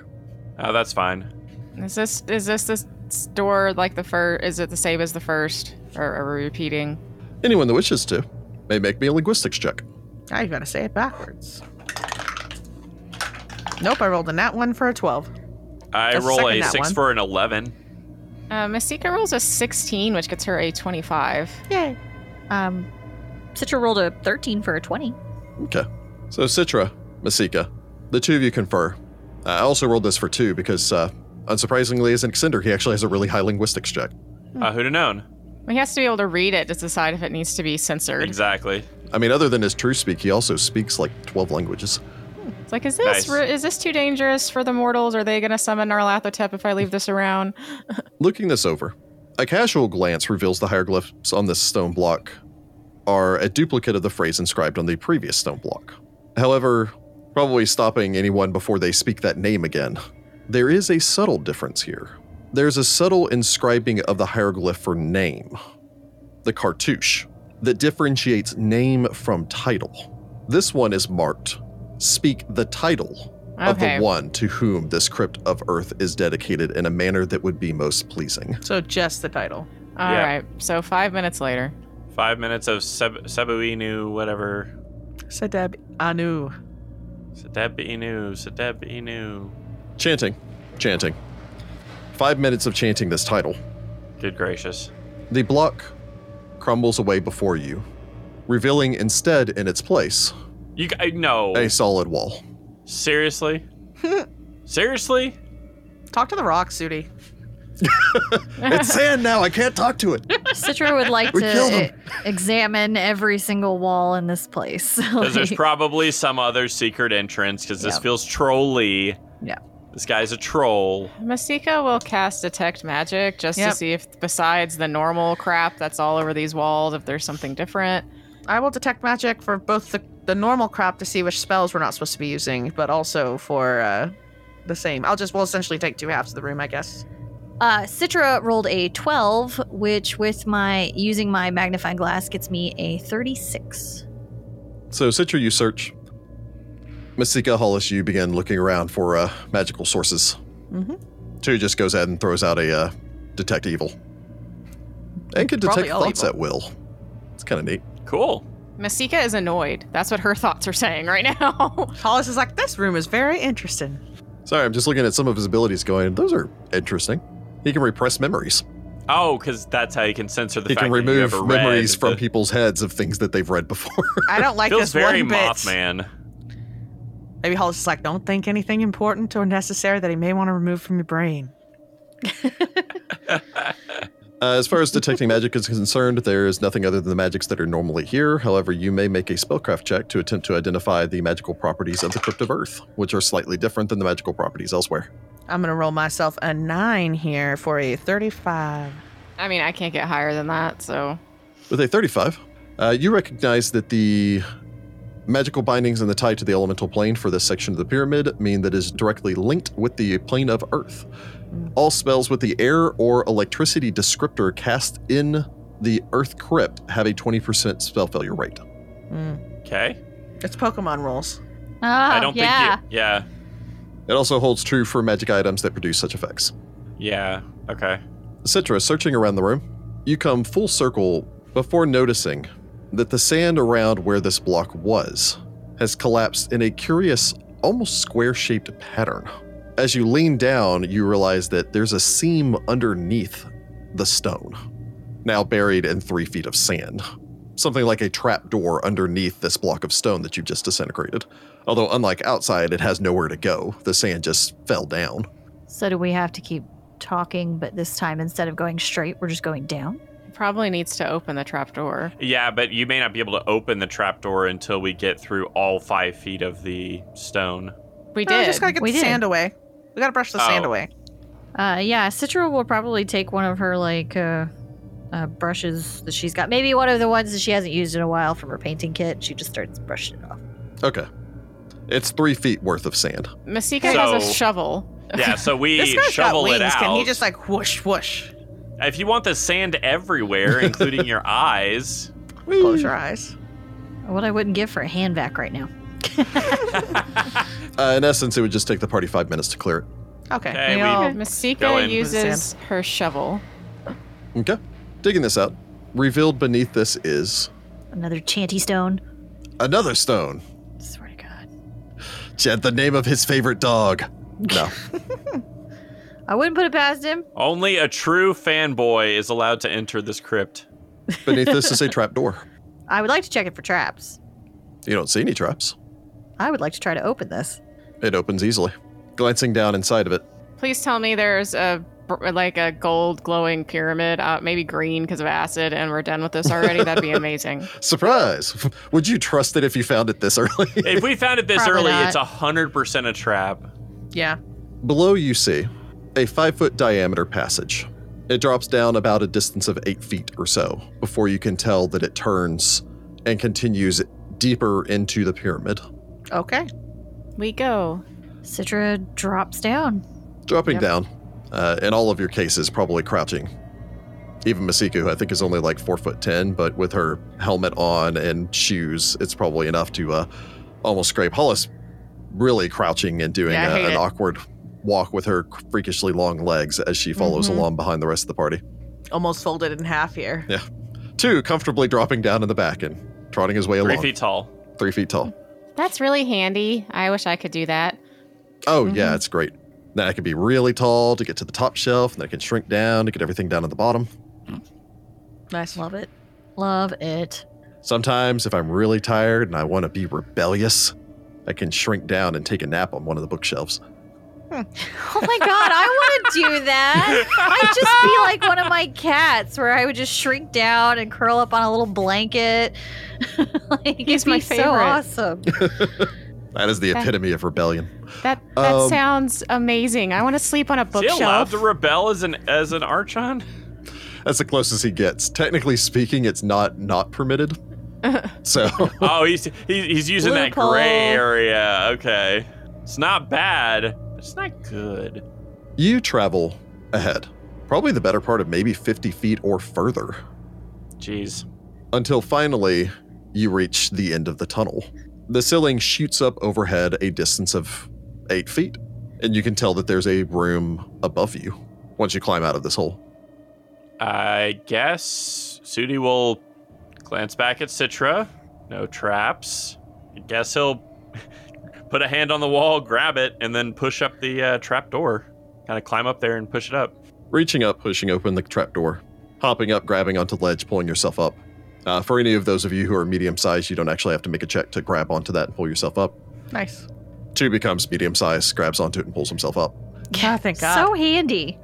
oh, that's fine.
is this is this this door like the first? Is it the same as the first, or are we repeating?
Anyone that wishes to may make me a linguistics check.
Now you gotta say it backwards. Nope, I rolled a nat one for a 12.
I
Just
roll
second
a
that
six
one.
for an eleven.
Uh, Masika rolls a sixteen, which gets her a twenty-five.
Yay.
Um, Citra rolled a 13 for a 20.
Okay. So Citra, Masika, the two of you confer. Uh, I also rolled this for two because, uh, unsurprisingly, as an Extender, he actually has a really high linguistics check.
Hmm.
Uh, who'd have known?
He has to be able to read it to decide if it needs to be censored.
Exactly.
I mean, other than his true speak, he also speaks like 12 languages.
It's like, is
Nice.
this re- is this too dangerous for the mortals? Are they going to summon Narlathotep if I leave this around?
Looking this over, a casual glance reveals the hieroglyphs on this stone block are a duplicate of the phrase inscribed on the previous stone block. However, probably stopping anyone before they speak that name again, there is a subtle difference here. There's a subtle inscribing of the hieroglyph for name, the cartouche, that differentiates name from title. This one is marked Speak the title of
Okay.
the one to whom this crypt of earth is dedicated in a manner that would be most pleasing.
So just the title.
All right.
Yeah.
So five minutes later.
Five minutes of Seb- Sebuinu, whatever.
Sadeb Anu.
Sedebinu, Sedebinu.
Chanting, chanting. Five minutes of chanting this title.
Good gracious.
The block crumbles away before you, revealing instead in its place
You g- I- no.
a solid wall.
Seriously? Seriously?
Talk to the rock, Sudi.
It's sand now. I can't talk to it.
Citra would like
We killed
to
him.
e- examine every single wall in this place.
Because there's
Like-
probably some other secret entrance. Because this
Yeah.
feels trolly.
Yeah.
This guy's a troll.
Masika will cast Detect Magic just
Yep.
to see if, besides the normal crap that's all over these walls, if there's something different.
I will detect magic for both the, the normal crop to see which spells we're not supposed to be using, but also for uh, the same. I'll just, we'll essentially take two halves of the room, I guess.
Uh, Citra rolled a 12, which with my using my magnifying glass gets me a 36.
So, Citra, you search. Masika Hollis, you begin looking around for uh, magical sources.
Mhm.
Two just goes ahead and throws out a uh, detect evil, and can detect
Probably all
thoughts
evil.
at will. It's kind of neat.
Cool.
Masika is annoyed. That's what her thoughts are saying right now.
Hollis is like, this room is very interesting.
Sorry, I'm just looking at some of his abilities going, those are interesting. He can repress memories.
Oh, because that's how you can censor the
he
fact
can
that you
remove
ever read
memories from
the-
people's heads of things that they've read before.
I don't like
Feels
this
very
one bit.
Mothman.
Maybe Hollis is like, don't think anything important or necessary that he may want to remove from your brain.
uh, as far as detecting magic is concerned, there is nothing other than the magics that are normally here. However, you may make a spellcraft check to attempt to identify the magical properties of the Crypt of Earth, which are slightly different than the magical properties elsewhere.
I'm going to roll myself a nine here for a 35.
I mean, I can't get higher than that, so.
With a 35, uh, you recognize that the magical bindings and the tie to the elemental plane for this section of the pyramid mean that it is directly linked with the plane of Earth. All spells with the air or electricity descriptor cast in the Earth crypt have a 20% spell failure rate.
Mm.
Okay.
It's Pokemon rules.
Ah,
Oh,
I don't
yeah.
think you. Yeah.
It also holds true for magic items that produce such effects.
Yeah. Okay.
Citra, searching around the room, you come full circle before noticing that the sand around where this block was has collapsed in a curious, almost square shaped pattern. As you lean down, you realize that there's a seam underneath the stone, now buried in three feet of sand. Something like a trapdoor underneath this block of stone that you've just disintegrated. Although, unlike outside, it has nowhere to go. The sand just fell down.
So do we have to keep talking, but this time instead of going straight, we're just going down?
Probably needs to open the trapdoor.
Yeah, but you may not be able to open the trapdoor until we get through all five feet of the stone.
We
No,
did.
we just got to get
We
the
did.
sand away. We got to brush the sand
Oh.
away.
Uh, yeah, Citra will probably take one of her like uh, uh, brushes that she's got, maybe one of the ones that she hasn't used in a while from her painting kit. She just starts brushing it off.
Okay. It's three feet worth of sand.
Masika has
So-
a shovel.
Yeah, so
This
we
guy's got
shovel
wings.
it out.
Can he just like whoosh whoosh?
if you want the sand everywhere, including your eyes,
Close your eyes.
What I wouldn't give for a hand vac right now.
Uh, in essence, it would just take the party five minutes to clear it.
Okay.
Okay,
we
we-
all-
Go
Masika
in.
uses her shovel.
Okay. Digging this out, revealed beneath this is
Another chanty stone.
another stone.
Swear to God.
Chant the name of his favorite dog. No.
I wouldn't put it past him.
only a true fanboy is allowed to enter this crypt.
beneath this is a trapdoor.
I would like to check it for traps.
You don't see any traps.
I would like to try to open this.
It opens easily. Glancing down inside of it,
Please tell me there's a br- like a gold glowing pyramid, uh, maybe green because of acid, and we're done with this already. That'd be amazing.
surprise! Would you trust it if you found it this early?
If we found it this
Probably
early,
not.
it's it's hundred percent a trap.
Yeah.
Below you see a five foot diameter passage. It drops down about a distance of eight feet or so before you can tell that it turns and continues deeper into the pyramid.
Okay.
We go.
Citra drops down.
Dropping
Yep.
down, uh, in all of your cases, probably crouching. Even Masiku, who I think, is only like four foot ten, but with her helmet on and shoes, it's probably enough to uh, almost scrape. Hollis really crouching and doing
Yeah, I
a-
hate
an
it.
awkward walk with her freakishly long legs as she follows
Mm-hmm.
Mhm.
along behind the rest of the party.
Almost folded in half here.
Two, comfortably dropping down in the back and trotting his way
Three
along,
feet tall.
three feet tall.
That's really handy. I wish I could do that.
Oh yeah, it's great. Then I can be really tall to get to the top shelf, and then I can shrink down to get everything down at the bottom.
Nice.
Love it. Love it.
Sometimes, if I'm really tired and I want to be rebellious, I can shrink down and take a nap on one of the bookshelves.
Oh my god, I want to do that. I'd just be like one of my cats where I would just shrink down and curl up on a little blanket. like,
He's
it'd
my
be so
favorite.
awesome. Oh
That is the
That-
epitome of rebellion.
That that
Um,
sounds amazing. I want to sleep on a
Is he allowed
bookshelf.
to rebel as an as an Archon?
That's the closest he gets. Technically speaking, it's not not permitted. so
oh, he's he's, he's using that gray
Loophole.
area. Okay, it's not bad. but It's not good.
you travel ahead, probably the better part of maybe 50 feet or further,
Jeez.
until finally you reach the end of the tunnel. The ceiling shoots up overhead a distance of eight feet, and you can tell that there's a room above you once you climb out of this hole.
I guess Sudi will glance back at Citra. No traps. I guess he'll put a hand on the wall, grab it, and then push up the uh, trap door. Kind of climb up there and push it up.
reaching up, pushing open the trapdoor, hopping up, grabbing onto the ledge, pulling yourself up. Uh, for any of those of you who are medium sized, you don't actually have to make a check to grab onto that and pull yourself up.
Nice.
Two becomes medium sized, grabs onto it and pulls himself up.
Yeah, thank God.
So handy.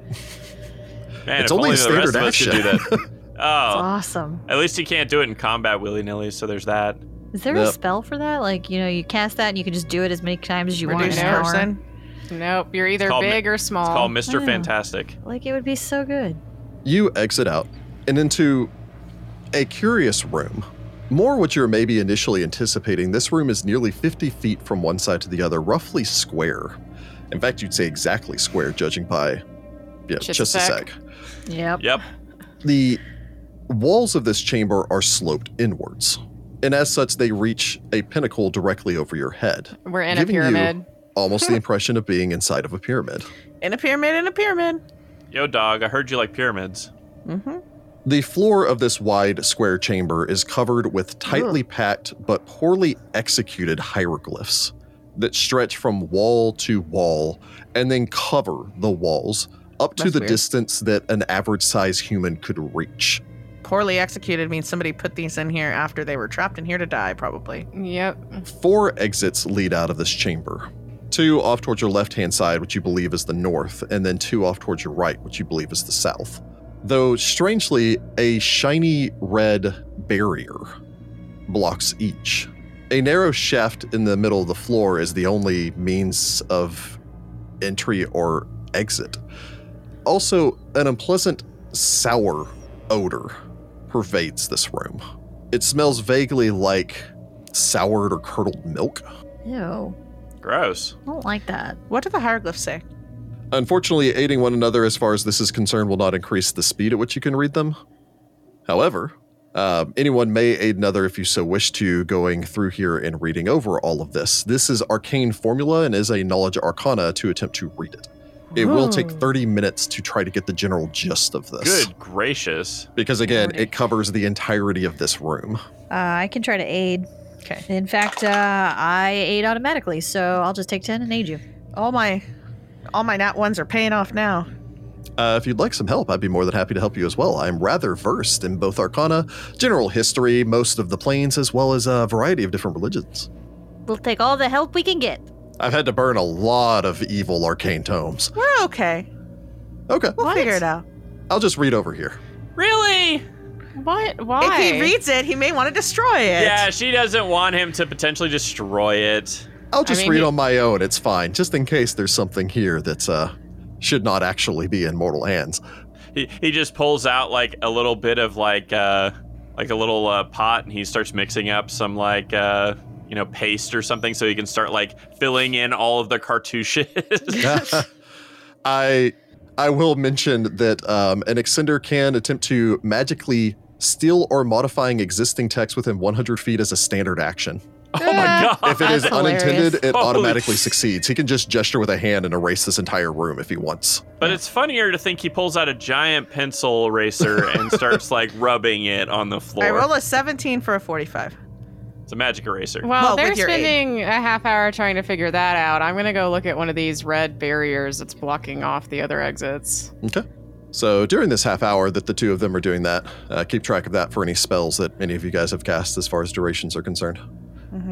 Man,
It's
if
only a
the rest
standard
of us could do that.
It's
Oh,
awesome.
at least he can't do it in combat willy nilly. So there's that.
Is there
Yep.
a spell for that? Like, you know, you cast that and you can just do it as many times as you want
Reduced
in an hour.
person.
nope, you're either
It's called
big or
It's
small.
called Mr.
wow.
Fantastic.
Like it would be so good.
You exit out and into a curious room. More what you're maybe initially anticipating, this room is nearly 50 feet from one side to the other, roughly square. In fact, you'd say exactly square, judging by yeah,
Just a
just a
sec.
sec.
Yep.
Yep.
The walls of this chamber are sloped inwards, and as such, they reach a pinnacle directly over your head,
We're in a
Giving you-
pyramid.
almost the impression of being inside of a pyramid.
In a pyramid, in a pyramid.
Yo, dog, I heard you like pyramids.
Mm-hmm.
The floor of this wide square chamber is covered with tightly packed but poorly executed hieroglyphs that stretch from wall to wall and then cover the walls up to
That's
the
weird.
distance that an average sized human could reach.
Poorly executed means somebody put these in here after they were trapped in here to die, probably.
Yep.
Four exits lead out of this chamber. Two off towards your left hand side, which you believe is the north, and then two off towards your right, which you believe is the south. Though strangely, a shiny red barrier blocks each. A narrow shaft in the middle of the floor is the only means of entry or exit. Also, an unpleasant sour odor pervades this room. It smells vaguely like soured or curdled milk.
Ew.
Gross.
I don't like that.
What do the hieroglyphs say?
Unfortunately, aiding one another as far as this is concerned will not increase the speed at which you can read them. However, um, anyone may aid another if you so wish to, going through here and reading over all of this. This is arcane formula and is a knowledge arcana to attempt to read it. It will take
Ooh.
30 minutes to try to get the general gist of this.
Good gracious.
Because again,
30.
it covers the entirety of this room.
Uh, I can try to aid.
Okay.
In fact, uh, I aid automatically, so I'll just take 10 and aid you.
All my all my nat ones are paying off now.
Uh, if you'd like some help, I'd be more than happy to help you as well. I'm rather versed in both arcana, general history, most of the planes, as well as a variety of different religions.
We'll take all the help we can get.
I've had to burn a lot of evil arcane tomes.
We're okay.
Okay,
We'll
What?
figure it out.
I'll just read over here.
Really?
What? Why?
If he reads it, he may want to destroy it.
Yeah, she doesn't want him to potentially destroy it.
I'll just
mean,
read
he-
on my own. It's fine, just in case there's something here that's uh should not actually be in mortal hands.
He, he just pulls out like a little bit of like uh like a little uh, pot and he starts mixing up some like uh you know paste or something so he can start like filling in all of the cartouches.
I I will mention that um, an extender can attempt to magically steal or modifying existing text within 100 feet as a standard action.
oh my god.
If it is
That's hilarious.
unintended, it
Holy
automatically
sh-
succeeds. He can just gesture with a hand and erase this entire room if he wants.
But it's funnier to think he pulls out a giant pencil eraser and starts like rubbing it on the floor.
I roll a 17 for a 45.
it's a magic eraser.
Well,
Well,
they're
with your aid.
spending a half hour trying to figure that out. I'm gonna go look at one of these red barriers that's blocking off the other exits.
Okay. So during this half hour that the two of them are doing that, uh, keep track of that for any spells that any of you guys have cast as far as durations are concerned.
Mm-hmm.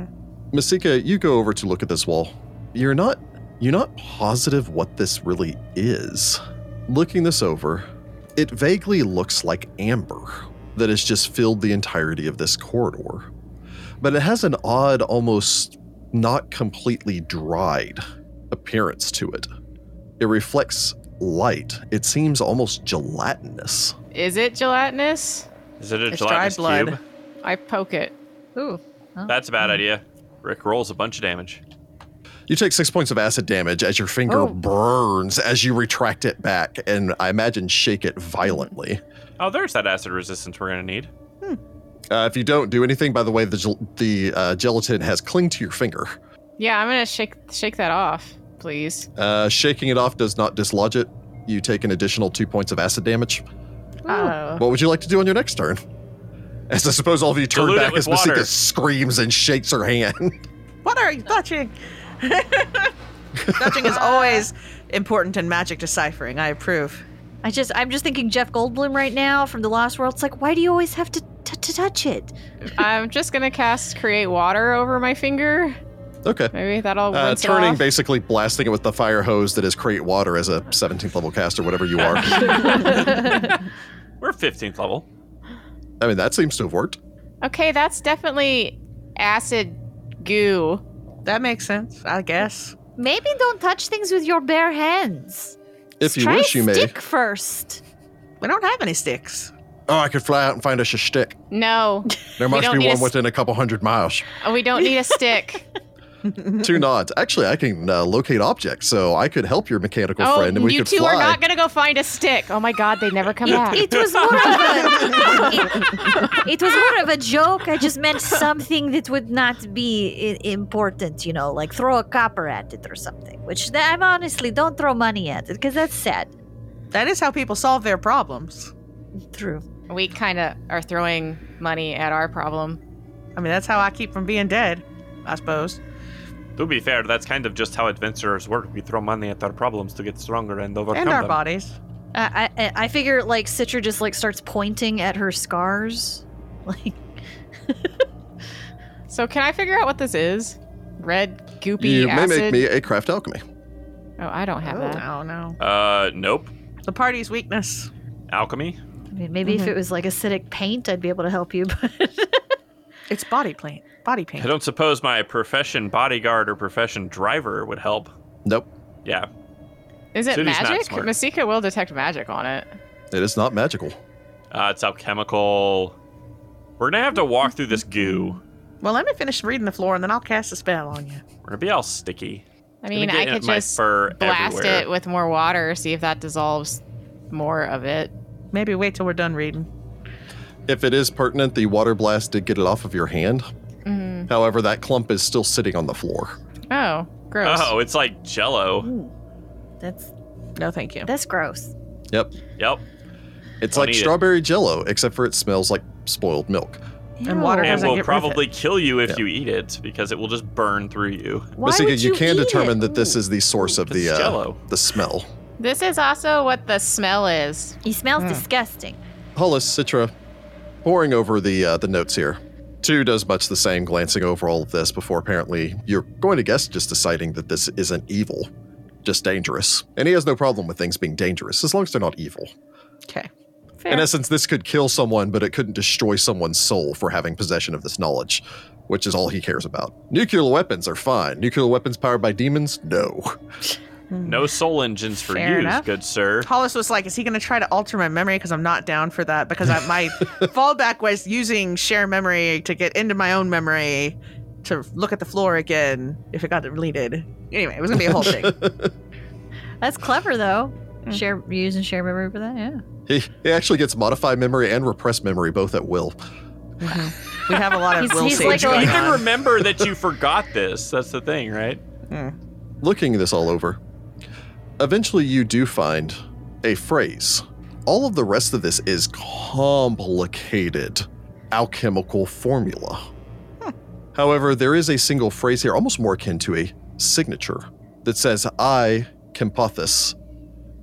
Masika, you go over to look at this wall. You're not you're not positive what this really is. Looking this over, it vaguely looks like amber that has just filled the entirety of this corridor. But it has an odd, almost not completely dried appearance to it. It reflects light. It seems almost gelatinous.
Is it gelatinous?
Is it a
It's dried
gelatinous
blood. Hmm.
cube?
I poke it.
Ooh.
That's a bad idea. Rick rolls a bunch of damage.
You take six points of acid damage as your finger
Oh.
burns as you retract it back, and I imagine shake it violently.
Oh, there's that acid resistance we're gonna need.
Uh, if you don't do anything, by the way, the gel- the uh, gelatin has cling to your finger.
Yeah, I'm gonna shake shake that off, please.
Uh, shaking it off does not dislodge it. You take an additional two points of acid damage.
Oh.
What would you like to do on your next turn? As I suppose all of you turn
Dilute it
back
with
as Masika
water.
screams and shakes her hand.
What are you touching? touching is always important in magic deciphering. I approve.
I just, I'm just thinking Jeff Goldblum right now from The Lost World. It's like, why do you always have to t- to touch it?
I'm just gonna cast create water over my finger.
Okay.
Maybe that'll
Uh,
rinse it
turning,
off.
basically blasting it with the fire hose that is create water as a 17th level caster, whatever you are.
We're 15th level.
I mean, that seems to have worked.
okay, that's definitely acid goo.
That makes sense, I guess.
Maybe don't touch things with your bare hands.
If you
Try
wish, you may.
stick first.
We don't have any sticks.
Oh, I could fly out and find us a stick.
No,
There
We
must
don't
be
need a
one
s-
within a couple hundred miles.
we don't need a stick.
Two nods. Actually, I can uh, locate objects, so I could help your mechanical
oh,
friend, and we
you
could
two
fly.
are not gonna go find a stick. Oh my god, they never come back.
It was more of a, it, it was more of a joke. I just meant something that would not be I- important, you know, like throw a copper at it or something. Which th- I'm honestly don't throw money at it because that's sad.
That is how people solve their problems.
True.
We kind of are throwing money at our problem.
I mean, that's how I keep from being dead, I suppose.
To be fair, that's kind of just how adventurers work. We throw money at our problems to get stronger and overcome
and our
them.
bodies.
I, I I figure like Citra just like starts pointing at her scars, like
So can I figure out what this is? Red goopy
You may
acid.
make me a craft alchemy.
oh, I don't have
Oh,
that.
no, no.
Uh, nope.
The party's weakness.
Alchemy.
I mean, maybe if it was like acidic paint, I'd be able to help you. But
It's body paint. Body paint.
I don't suppose my profession bodyguard or profession driver would help.
Nope,
Yeah.
Is it
City's not
magic?
smart.
Masika will detect magic on it.
it is not magical.
Uh, it's alchemical. We're gonna have to walk through this goo.
Well, let me finish reading the floor and then I'll cast a spell on you.
We're gonna be all sticky.
I mean,
get
I
it
could
in my
just
fur
blast
everywhere.
it with more water, see if that dissolves more of it.
Maybe wait till we're done reading.
If it is pertinent, the water blast did get it off of your hand.
Mm.
However, that clump is still sitting on the floor.
Oh, gross.
Oh, it's like jello.
that's
No, thank you.
that's gross.
Yep,
Yep.
it's
I'll
like
eat it.
strawberry jello, except for it smells like spoiled milk.
And water
Ew.
And
doesn't
will
get rid of
probably kill you if
Yeah.
you eat it because it will just burn through you.
Why
Masika,
would
you, can
eat
determine
it?
that this is the source of the
This is
uh,
Jell-O.
the smell.
This is also what the smell is.
He smells disgusting.
Hollis, Citra, poring over the uh, the notes here. Two does much the same, glancing over all of this before apparently you're going to guess just deciding that this isn't evil, just dangerous. And he has no problem with things being dangerous as long as they're not evil.
Okay.
Fair.
In essence, this could kill someone, but it couldn't destroy someone's soul for having possession of this knowledge, which is all he cares about. Nuclear weapons are fine. Nuclear weapons powered by demons? No.
No soul engines for
Fair
you,
enough.
good sir.
Hmm. Hollis was like, "Is he going to try to alter my memory? Because I'm not down for that. Because I, my fallback was using share memory to get into my own memory to look at the floor again if it got deleted. Anyway, it was going to be a whole thing.
That's clever though. Share use and share memory for that. Yeah.
He, he actually gets modified memory and repressed memory both at will.
We have a lot of
He's-
will
he's
saves
like a-
going
You
Hang
can
on.
remember that you forgot this. That's the thing, right?
looking this all over, eventually you do find a phrase. All of the rest of this is complicated alchemical formula. However, there is a single phrase here, almost more akin to a signature, that says, I, Kempothis,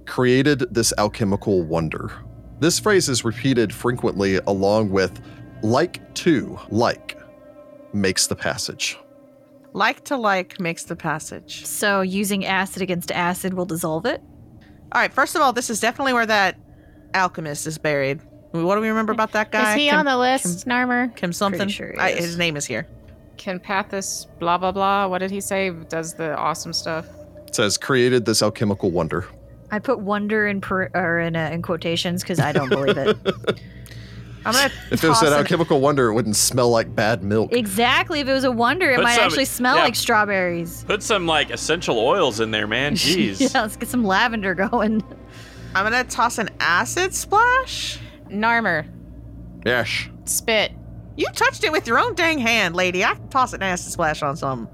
created this alchemical wonder. This phrase is repeated frequently along with, like to, like, makes the passage.
like to like makes the passage.
So using acid against acid will dissolve it.
All right. First of all, this is definitely where that alchemist is buried. What do we remember about that guy?
Is he
Kim,
on the list, Narmer?
Kim something.
Pretty sure he
I,
is.
his name is here.
Can Pathis blah blah blah? What did he say? Does the awesome stuff?
It says, created this alchemical wonder.
I put wonder in per, or in, uh, in quotations because I don't believe it.
I'm gonna.
If it was that
toss an-
alchemical wonder, it wouldn't smell like bad milk.
exactly. If it was a wonder, it
Put
might
some-
actually smell
yeah.
like strawberries.
Put some like essential oils in there, man. Jeez.
yeah, let's get some lavender going.
I'm gonna toss an acid splash.
Narmer,
Ash.
spit.
You touched it with your own dang hand, lady. I can toss an acid splash on some.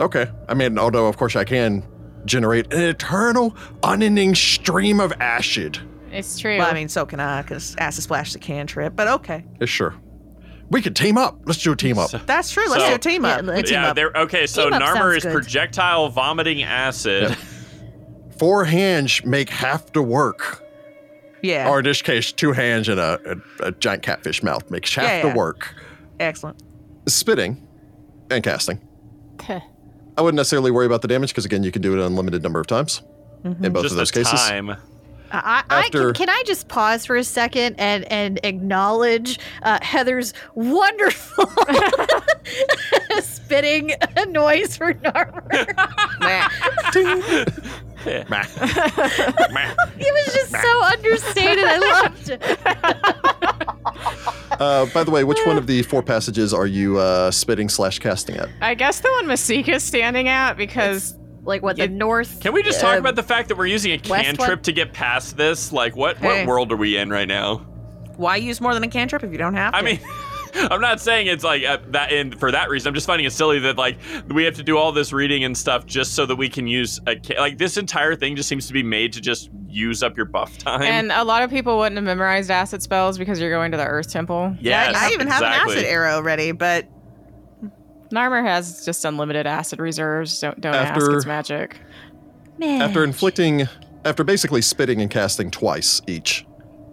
Okay. I mean, although of course I can generate an eternal, unending stream of acid.
It's true.
Well, I mean, so can I, because acid splash is a cantrip. But okay,
Yeah, sure. We could team up. Let's do a team up.
that's true. Let's
So-
do a team up.
Yeah, let's-
team
yeah,
up.
they're okay. So
Team up
Narmer
sounds
is
good.
projectile vomiting acid.
Yep. Four hands make half the work.
yeah.
Or in this case, two hands and a, a, a giant catfish mouth makes half
Yeah,
the
yeah.
work.
Excellent.
Spitting and casting.
Puh.
I wouldn't necessarily worry about the damage because again, you can do it an unlimited number of times
Mm-hmm.
in both
Just
of
the
those cases.
time.
I, I
After-
can, can I just pause for a second and and acknowledge uh, Heather's wonderful spitting noise for Narmer.
Nah.
Meh.
Meh.
it was just so understated. I loved it.
Uh, by the way, which one of the four passages are you uh, spitting slash casting at?
I guess the one Masika's standing at because
Like what the
It-
north?
Can we just
uh,
talk about the fact that we're using a
one?
cantrip to get past this? Like, what
Hey.
what world are we in right now?
Why use more than a cantrip if you don't have to?
I mean, I'm not saying it's like uh, that, and for that reason, I'm just finding it silly that like we have to do all this reading and stuff just so that we can use a ca- like this entire thing just seems to be made to just use up your buff time.
and a lot of people wouldn't have memorized acid spells because you're going to the Earth Temple.
yes,
I even have an
exactly.
acid arrow ready, but
Narmer has just unlimited acid reserves. Don't don't ask.
After-
It's magic.
Man.
After inflicting, after basically spitting and casting twice each,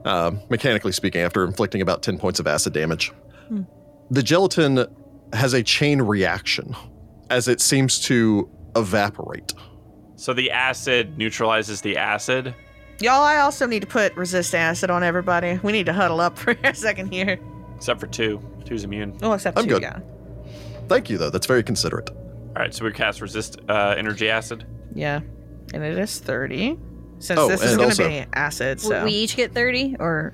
um, mechanically speaking, after inflicting about 10 points of acid damage, the gelatin has a chain reaction as it seems to evaporate.
So the acid neutralizes the acid.
y'all, I also need to put resist acid on everybody. We need to huddle up for a second here.
Except for two. Two's immune.
Oh, except
I'm
two,
good.
yeah.
Thank you, though. That's very considerate.
All right, so we cast resist uh, energy acid.
Yeah, and it is thirty. Since
Oh,
this is
and
going to
also-
be acid,
W-
so
we each get thirty, or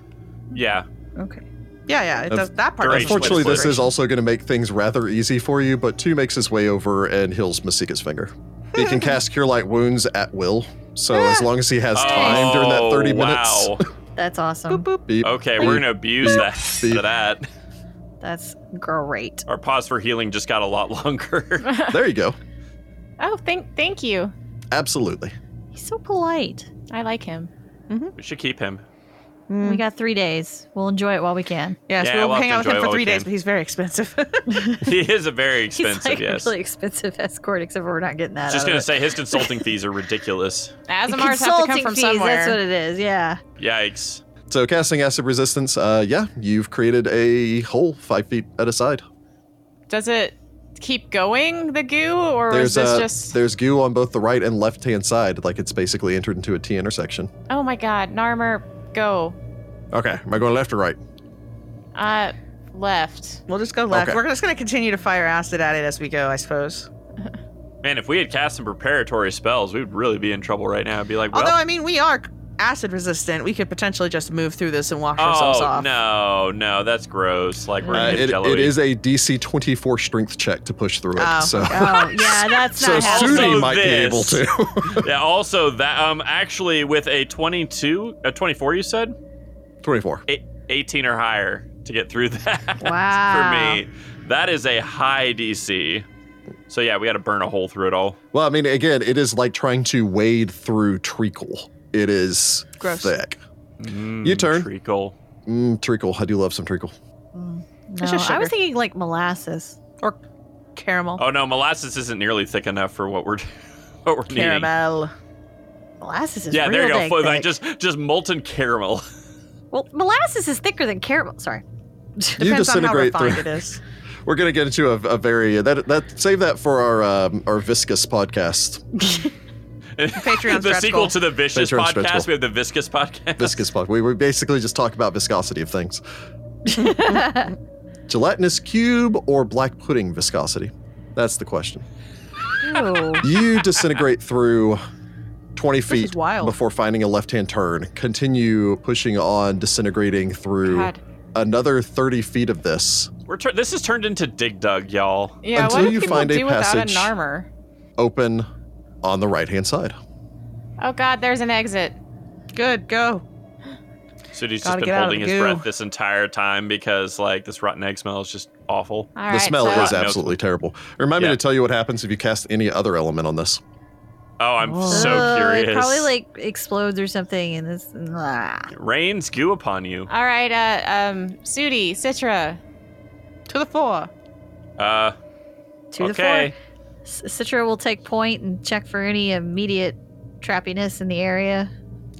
Yeah.
okay.
yeah, yeah. It does, that part. doesn't
duration.
split
Unfortunately, this
duration.
is also going to make things rather easy for you, but two makes his way over and heals Masika's finger. He can cast Cure Light Wounds at will, so as long as he has time during that 30
Oh,
minutes.
Wow.
That's awesome.
Boop, boop.
Beep.
Okay, we're gonna abuse that
Beep.
to that.
That's great.
Our pause for healing just got a lot longer.
There you go.
Oh, thank thank you.
Absolutely.
He's so polite.
I like him.
we should keep him.
Hmm.
We got three days. We'll enjoy it while we can.
Yes,
Yeah,
we'll,
we'll have
hang
to
out with
enjoy
him
it
for
while we
three days,
can.
but he's very expensive.
He is a very expensive,
He's like
yes.
a really expensive escort, except we're not getting that.
Just
out
gonna
of
say his consulting fees are ridiculous.
it. The
Asimar's have to come
consulting
from
fees,
somewhere.
That's what it is. Yeah.
Yikes.
So casting acid resistance, uh, yeah, you've created a hole five feet at a side.
Does it keep going, the goo, or
There's
is this
uh,
just.
there's goo on both the right and left hand side, like it's basically entered into a T intersection.
Oh my god, Narmer, go.
Okay, am I going left or right?
Uh, left.
we'll just go left.
Okay.
We're just going to continue to fire acid at it as we go, I suppose.
Man, if we had cast some preparatory spells, we would really be in trouble right now. I'd be like, well,
Although, I mean, we are acid resistant. We could potentially just move through this and wash ourselves
oh
off.
no, no, that's gross. Like we're
Uh,
gonna get
it,
jello-y.
it is a DC 24 strength check to push through it.
Oh,
so
Oh, yeah. That's
so
not happening.
Also
Sudi might be
this.
able to.
Yeah. Also, that um, actually with a twenty-two, a twenty-four, you said
24.
Eight- eighteen or higher to get through that.
Wow.
For me, that is a high DC. So yeah, we got to burn a hole through it all.
Well, I mean, again, it is like trying to wade through treacle. It is
Gross.
thick.
Mm,
You turn.
Treacle.
Mm, treacle. I do love some treacle.
No,
It's just
I was
sugar.
thinking like molasses.
Or caramel.
Oh no, molasses isn't nearly thick enough for what we're what we're needing.
caramel.
Molasses is
Yeah, there you
real
go.
dang
Fo- like,
thick.
just just molten caramel.
well, molasses is thicker than caramel. Sorry.
you
Depends on how
disintegrate
refined
through.
it is.
We're gonna get into a, a very uh, that that save that for our um, our viscous podcast.
Patreon
the
stretch
sequel
goal.
to the Vicious
Patreon stretch
podcast.
goal.
We have the Viscous podcast.
Viscous podcast. We, we basically just talk about viscosity of things. Gelatinous cube or black pudding viscosity? That's the question.
Ew.
You disintegrate through 20
is
feet
wild.
before finding a left hand turn. Continue pushing on, disintegrating through
God.
another 30 feet of this.
We're tur- this has turned into Dig Dug, y'all.
Yeah,
Until
what do
you
people
find a
do without
passage.
an armor?
Open on the right hand side.
Oh god, there's an exit.
Good, go.
Sudi's just
Gotta
been
get out of
holding
the
his
goo.
breath this entire time because like this rotten egg smell is just awful.
All
the
right,
smell
so-
is
Rotten oak.
absolutely terrible. Remind
Yeah.
me to tell you what happens if you cast any other element on this.
Oh, I'm
Oh.
so
Ugh,
curious.
It probably like explodes or something, and it's ah.
rains goo upon you.
All right, uh, um, Sudi, Citra,
To the floor.
Uh,
two to four.
okay.
S- Citra will take point and check for any immediate trappiness in the area.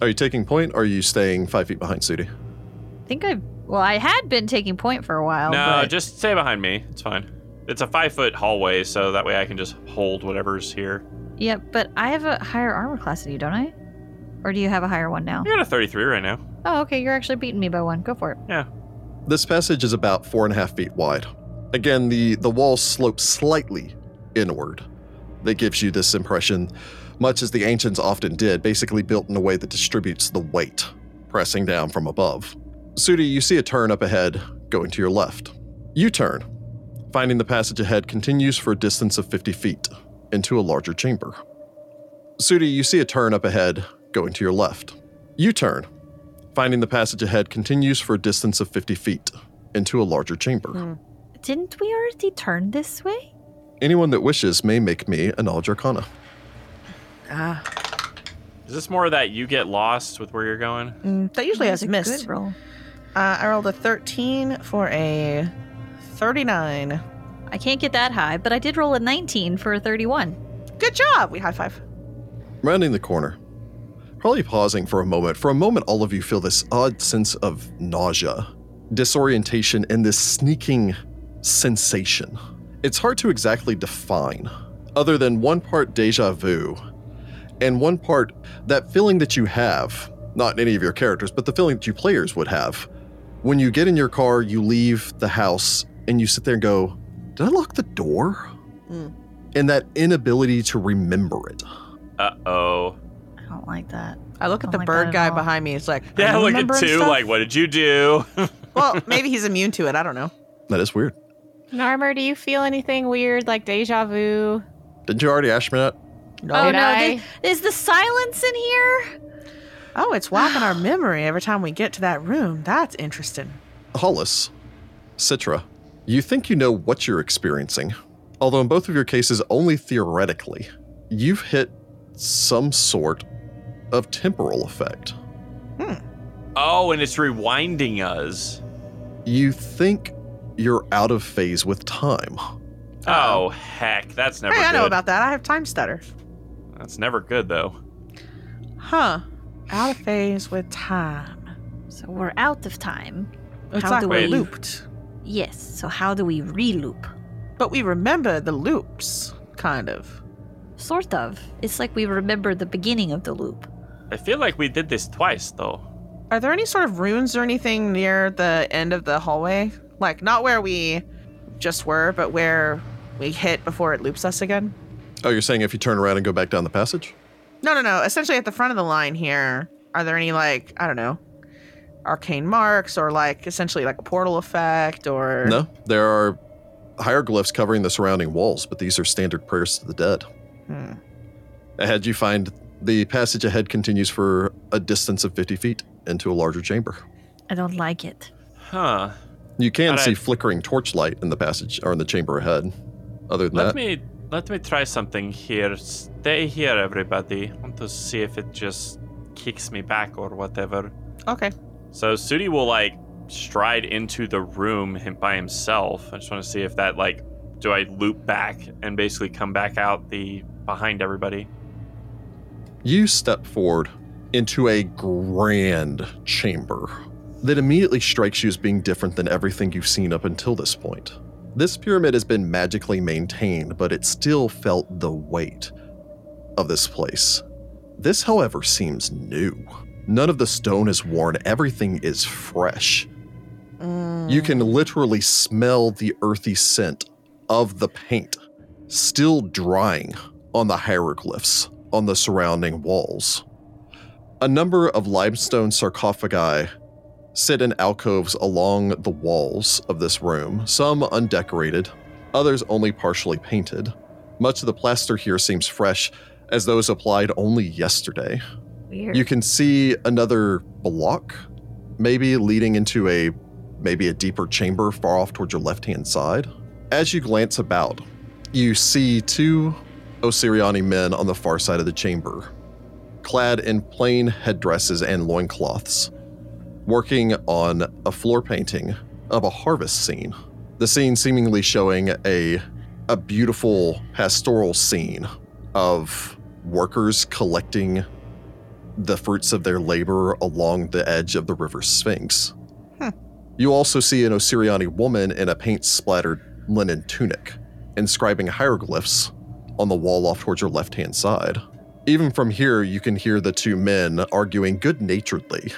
Are you taking point or are you staying five feet behind Sudi?
I think I well, I had been taking point for a
Oh,
while.
no,
but
just stay behind me. It's fine. It's a five foot hallway, so that way I can just hold whatever's here.
yeah, but I have a higher armor class than you, don't I? Or do you have a higher one now?
I got a 33 right now.
Oh, okay, you're actually beating me by one. Go for it.
This passage is about four and a half feet wide. Again, the, the walls slope slightly inward. That gives you this impression, much as the ancients often did, basically built in a way that distributes the weight, pressing down from above. Sudi, you see a turn up ahead going to your left. You turn. Finding the passage ahead continues for a distance of 50 feet into a larger chamber. Sudi, you see a turn up ahead going to your left. You turn. Finding the passage ahead continues for a distance of 50 feet into a larger chamber.
Didn't we already turn this way?
Anyone that wishes may make me a knowledge arcana.
Ah,
Is this more that you get lost with where you're going?
mm, that usually
That
has
was a
missed.
Good roll.
Uh, I rolled a 13 for a 39.
I can't get that high, but I did roll a 19 for a 31.
Good job. We high five.
Rounding the corner, probably pausing for a moment. For a moment, all of you feel this odd sense of nausea, disorientation, and this sneaking sensation. It's hard to exactly define, other than one part deja vu and one part that feeling that you have, not any of your characters, but the feeling that you players would have. When you get in your car, you leave the house, and you sit there and go, Did I lock the door?
Mm.
And that inability to remember it.
Uh oh.
I don't like that.
I look at
Don't
the
like that
bird
at
guy
all.
behind me. It's like,
Yeah,
I
look
remember
at
and
two.
stuff.
Like, what did you do?
well, maybe he's immune to it. I don't know.
That is weird.
Narmer, do you feel anything weird like deja vu?
Didn't you already ask me that?
No.
Oh
Did
no,
I?
thi- is the silence in here?
Oh, it's wiping our memory every time we get to that room. That's interesting.
Hollis, Citra, you think you know what you're experiencing, although in both of your cases, only theoretically. You've hit some sort of temporal effect.
Hmm.
Oh, and it's rewinding us.
You think you're out of phase with time.
Oh, heck. That's never
Hey, I
good.
know about that. I have time stutter.
That's never good, though.
Huh. Out of phase with time.
So we're out of time.
It's
How
like
do
we're
we-
looped.
Yes. So how do we reloop?
But we remember the loops, kind of.
Sort of. It's like we remember the beginning of the loop.
I feel like we did this twice, though.
Are there any sort of runes or anything near the end of the hallway? Like, not where we just were, but where we hit before it loops us again?
Oh, you're saying if you turn around and go back down the passage?
No, no, no. Essentially, at the front of the line here, are there any, like, I don't know, arcane marks or, like, essentially, like a portal effect or.
No, there are hieroglyphs covering the surrounding walls, but these are standard prayers to the dead.
Hmm.
Ahead, you find the passage ahead continues for a distance of 50 feet into a larger chamber.
I don't like it.
Huh.
You can
All right.
see flickering torchlight in the passage or in the chamber ahead. Other than
Let
that,
me let me try something here. Stay here, everybody. I want to see if it just kicks me back or whatever.
Okay.
So Sudi will like stride into the room him by himself. I just want to see if that like do I loop back and basically come back out the behind everybody.
you step forward into a grand chamber that immediately strikes you as being different than everything you've seen up until this point. This pyramid has been magically maintained, but it still felt the weight of this place. This, however, seems new. None of the stone is worn, everything is fresh. You can
Mm.
literally smell the earthy scent of the paint still drying on the hieroglyphs on the surrounding walls. A number of limestone sarcophagi sit in alcoves along the walls of this room, some undecorated, others only partially painted. Much of the plaster here seems fresh, as though it was applied only yesterday.
Weird.
You can see another block, maybe leading into a maybe a deeper chamber far off towards your left-hand side. As you glance about, you see two Osiriani men on the far side of the chamber, clad in plain headdresses and loincloths, working on a floor painting of a harvest scene. The scene seemingly showing a a beautiful pastoral scene of workers collecting the fruits of their labor along the edge of the river Sphinx.
Hmm.
You also see an Osiriani woman in a paint splattered linen tunic, inscribing hieroglyphs on the wall off towards your left hand side. Even from here, you can hear the two men arguing good naturedly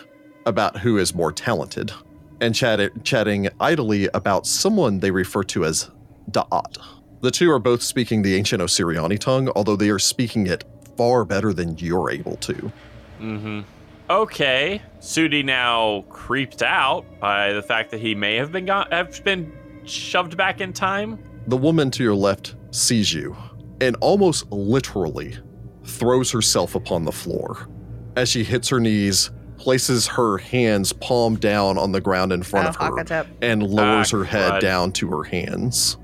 about who is more talented and chat- chatting idly about someone they refer to as Da'at. The two are both speaking the ancient Osiriani tongue, although they are speaking it far better than you're able to.
Mm-hmm. Okay. Sudi now creeped out by the fact that he may have been gone have been shoved back in time.
The woman to your left sees you and almost literally throws herself upon the floor. As she hits her knees, places her hands palm down on the ground in front
Oh,
of her,
Hakatep.
and lowers
Ah,
her head
crud.
down to her hands.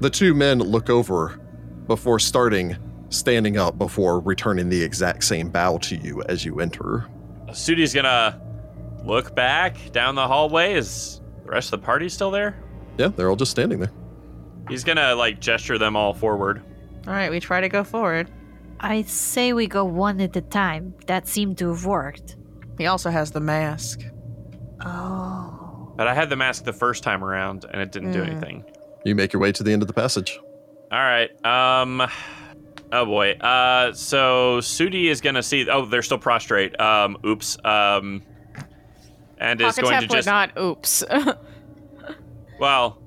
The two men look over before starting, standing up before returning the exact same bow to you as you enter.
Sudi's gonna look back down the hallway. Is the rest of the party still there?
Yeah, they're all just standing there.
He's gonna like gesture them all forward.
All right, we try to go forward.
I say we go one at a time. That seemed to have worked.
He also has the mask.
Oh.
But I had the mask the first time around and it didn't do
Mm.
anything.
You make your way to the end of the passage.
All right. Um. Oh boy. Uh. So Sudi is gonna see. Oh, they're still prostrate. Um. Oops. Um. And is going to
Hakatep would
just.
not. Oops.
Well,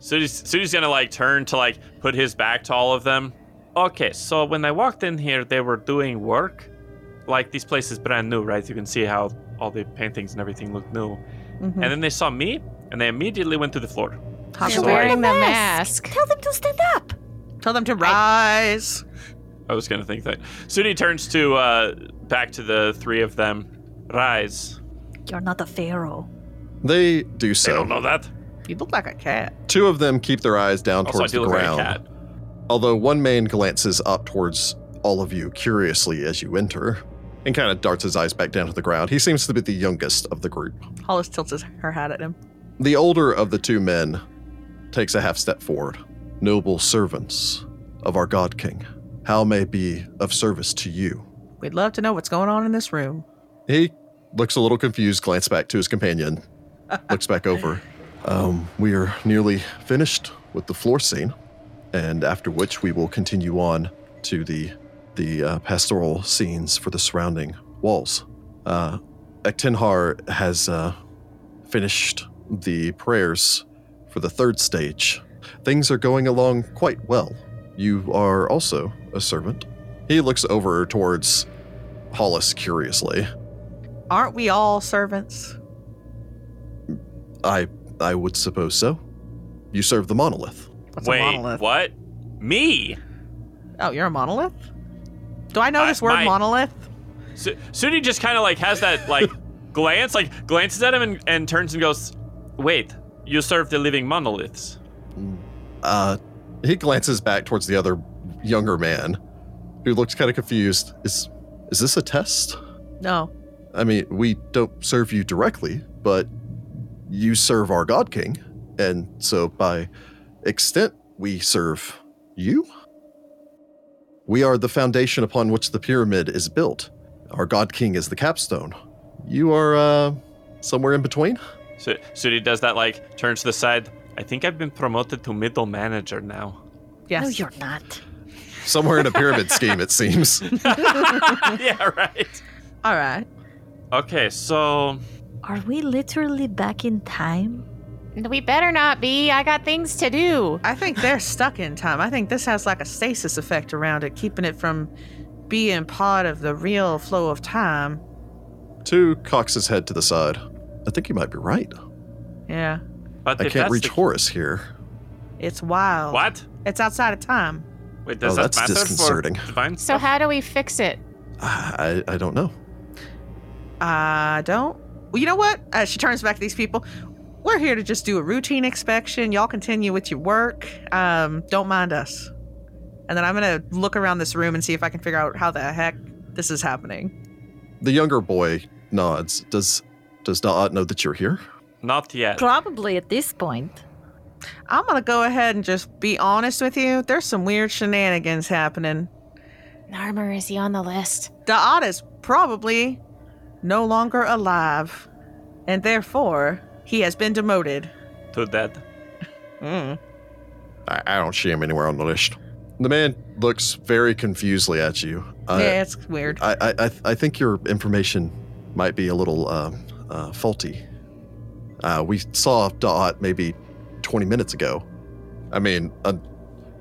Sudi's, Sudi's gonna like turn to like put his back to all of them. Okay, so when I walked in here, they were doing work. Like this place is brand new, right? You can see how all the paintings and everything look new.
Mhm.
And then they saw me, and they immediately went to the floor.
Hawk
They're
away.
Sorry.
wearing the
Mask.
mask.
Tell them to stand up.
Tell them to rise.
I was gonna think that. Sudi turns to uh, back to the three of them. Rise.
You're not a pharaoh.
They do
They don't
so.
know that.
You look like a cat.
Two of them keep their eyes down
Also, I
towards
do
the
look like a
ground.
cat.
although one man glances up towards all of you curiously as you enter. and kind of darts his eyes back down to the ground. He seems to be the youngest of the group.
Hollis tilts his, her hat at him.
The older of the two men takes a half step forward. Noble servants of our God King, how may it be of service to you?
We'd love to know what's going on in this room.
He looks a little confused, glances back to his companion, looks back over. Um, we are nearly finished with the floor scene, and after which we will continue on to the the uh, pastoral scenes for the surrounding walls. Uh, Ektenhar has uh, finished the prayers for the third stage. Things are going along quite well. You are also a servant. He looks over towards Hollis curiously.
Aren't we all servants?
I I would suppose so. You serve the monolith.
What's a
Wait,
monolith?
what? Me?
Oh, you're a monolith? Do I know
I-
this word
my-
monolith?
Su- Suni just kind of like has that like glance, like glances at him and, and turns and goes, "Wait, you serve the living monoliths."
Uh, he glances back towards the other younger man, who looks kind of confused. Is is this a test?
No.
I mean, we don't serve you directly, but you serve our God King, and so by extent, we serve you. We are the foundation upon which the pyramid is built. Our God King is the capstone. You are uh, somewhere in between.
So Sudi does that, like turns to the side. I think I've been promoted to middle manager now.
Yes.
No, you're not.
Somewhere in a pyramid scheme, it seems.
yeah, right.
all right.
Okay, so
Are we literally back in time?
We better not be. I got things to do.
I think they're stuck in time. I think this has like a stasis effect around it, keeping it from being part of the real flow of time.
Two cocks his head to the side. I think you might be right.
Yeah.
but
I
if
can't
that's
reach
the-
Horus here.
It's wild.
What?
It's outside of time.
Wait, does
Oh,
that
that's
matter
disconcerting.
for divine
So
stuff?
how do we fix it?
I, I don't know.
I don't. Well, you know what? Uh, she turns back to these people. We're here to just do a routine inspection. Y'all continue with your work. Um, don't mind us. And then I'm gonna look around this room and see if I can figure out how the heck this is happening.
The younger boy nods. Does does Da'at know that you're here?
Not yet.
Probably at this point.
I'm gonna go ahead and just be honest with you. There's some weird shenanigans happening.
Narmer, is he on the list?
Da'at is probably no longer alive, and therefore he has been demoted.
to that.
Mm.
I, I don't see him anywhere on the list. The man looks very confusedly at you.
yeah, it's weird.
I, I, I, I think your information might be a little um, uh, faulty. Uh, we saw Dot maybe 20 minutes ago. I mean, un-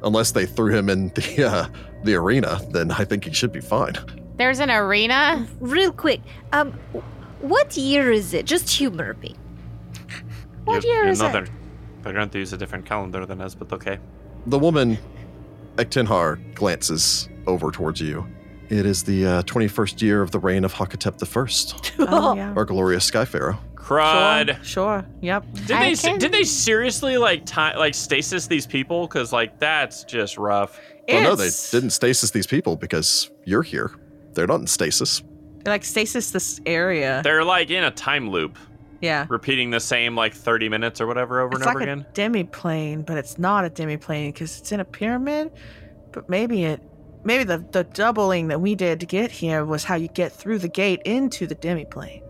unless they threw him in the uh, the arena, then I think he should be fine.
There's an arena?
Real quick, um, wh- what year is it? Just humor me.
What year is it?
They're, they're going to use a different calendar than us, but okay.
The woman, Ektenhar, glances over towards you. It is the uh, 21st year of the reign of Hakatep I,
oh yeah.
our glorious Sky Pharaoh.
Crud.
Sure, sure. Yep.
Did
I
they se-
can-
did they seriously like ti like stasis these people? Cause like that's just rough.
Well, Oh, no, they
It's-
didn't stasis these people because you're here. They're not in stasis.
It, like stasis this area.
They're like in a time loop,
yeah.
repeating the same like thirty minutes or whatever over
It's
and over
like
again.
a demiplane, but it's not a demiplane because it's in a pyramid. But maybe it, maybe the the doubling that we did to get here was how you get through the gate into the demiplane.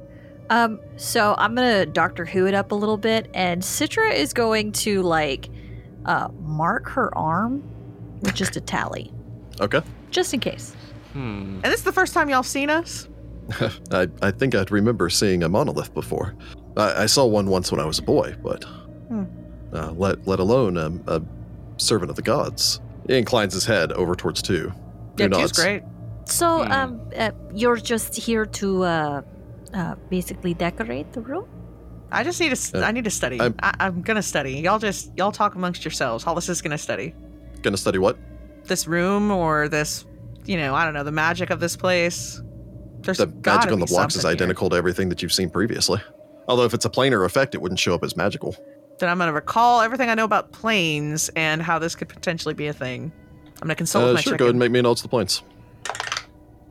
Um, so I'm gonna Doctor Who it up a little bit, and Citra is going to like uh, mark her arm with just a tally,
Okay.
just in case.
Hmm.
And this is the first time y'all seen us.
I, I think I'd remember seeing a monolith before. I, I saw one once when I was a boy, but
Hmm.
uh, let let alone um, a servant of the gods. He inclines his head over towards two. Who
Yeah,
nods?
two's great.
So
Hmm.
um, uh, you're just here to uh, uh, basically decorate the room.
I just need to. s
Uh,
I I need to study.
I'm-
I, I'm gonna study. Y'all just y'all talk amongst yourselves. Hollis is gonna study
Gonna study what?
this room or this, you know, I don't know, the magic of this place. There's
The
gotta
magic on
be
the blocks is
something here.
identical to everything that you've seen previously. Although if it's a planar effect, it wouldn't show up as magical.
then I'm going to recall everything I know about planes and how this could potentially be a thing. I'm going to consult
Uh,
with my
sure,
chicken.
go ahead and make me an odds to the points.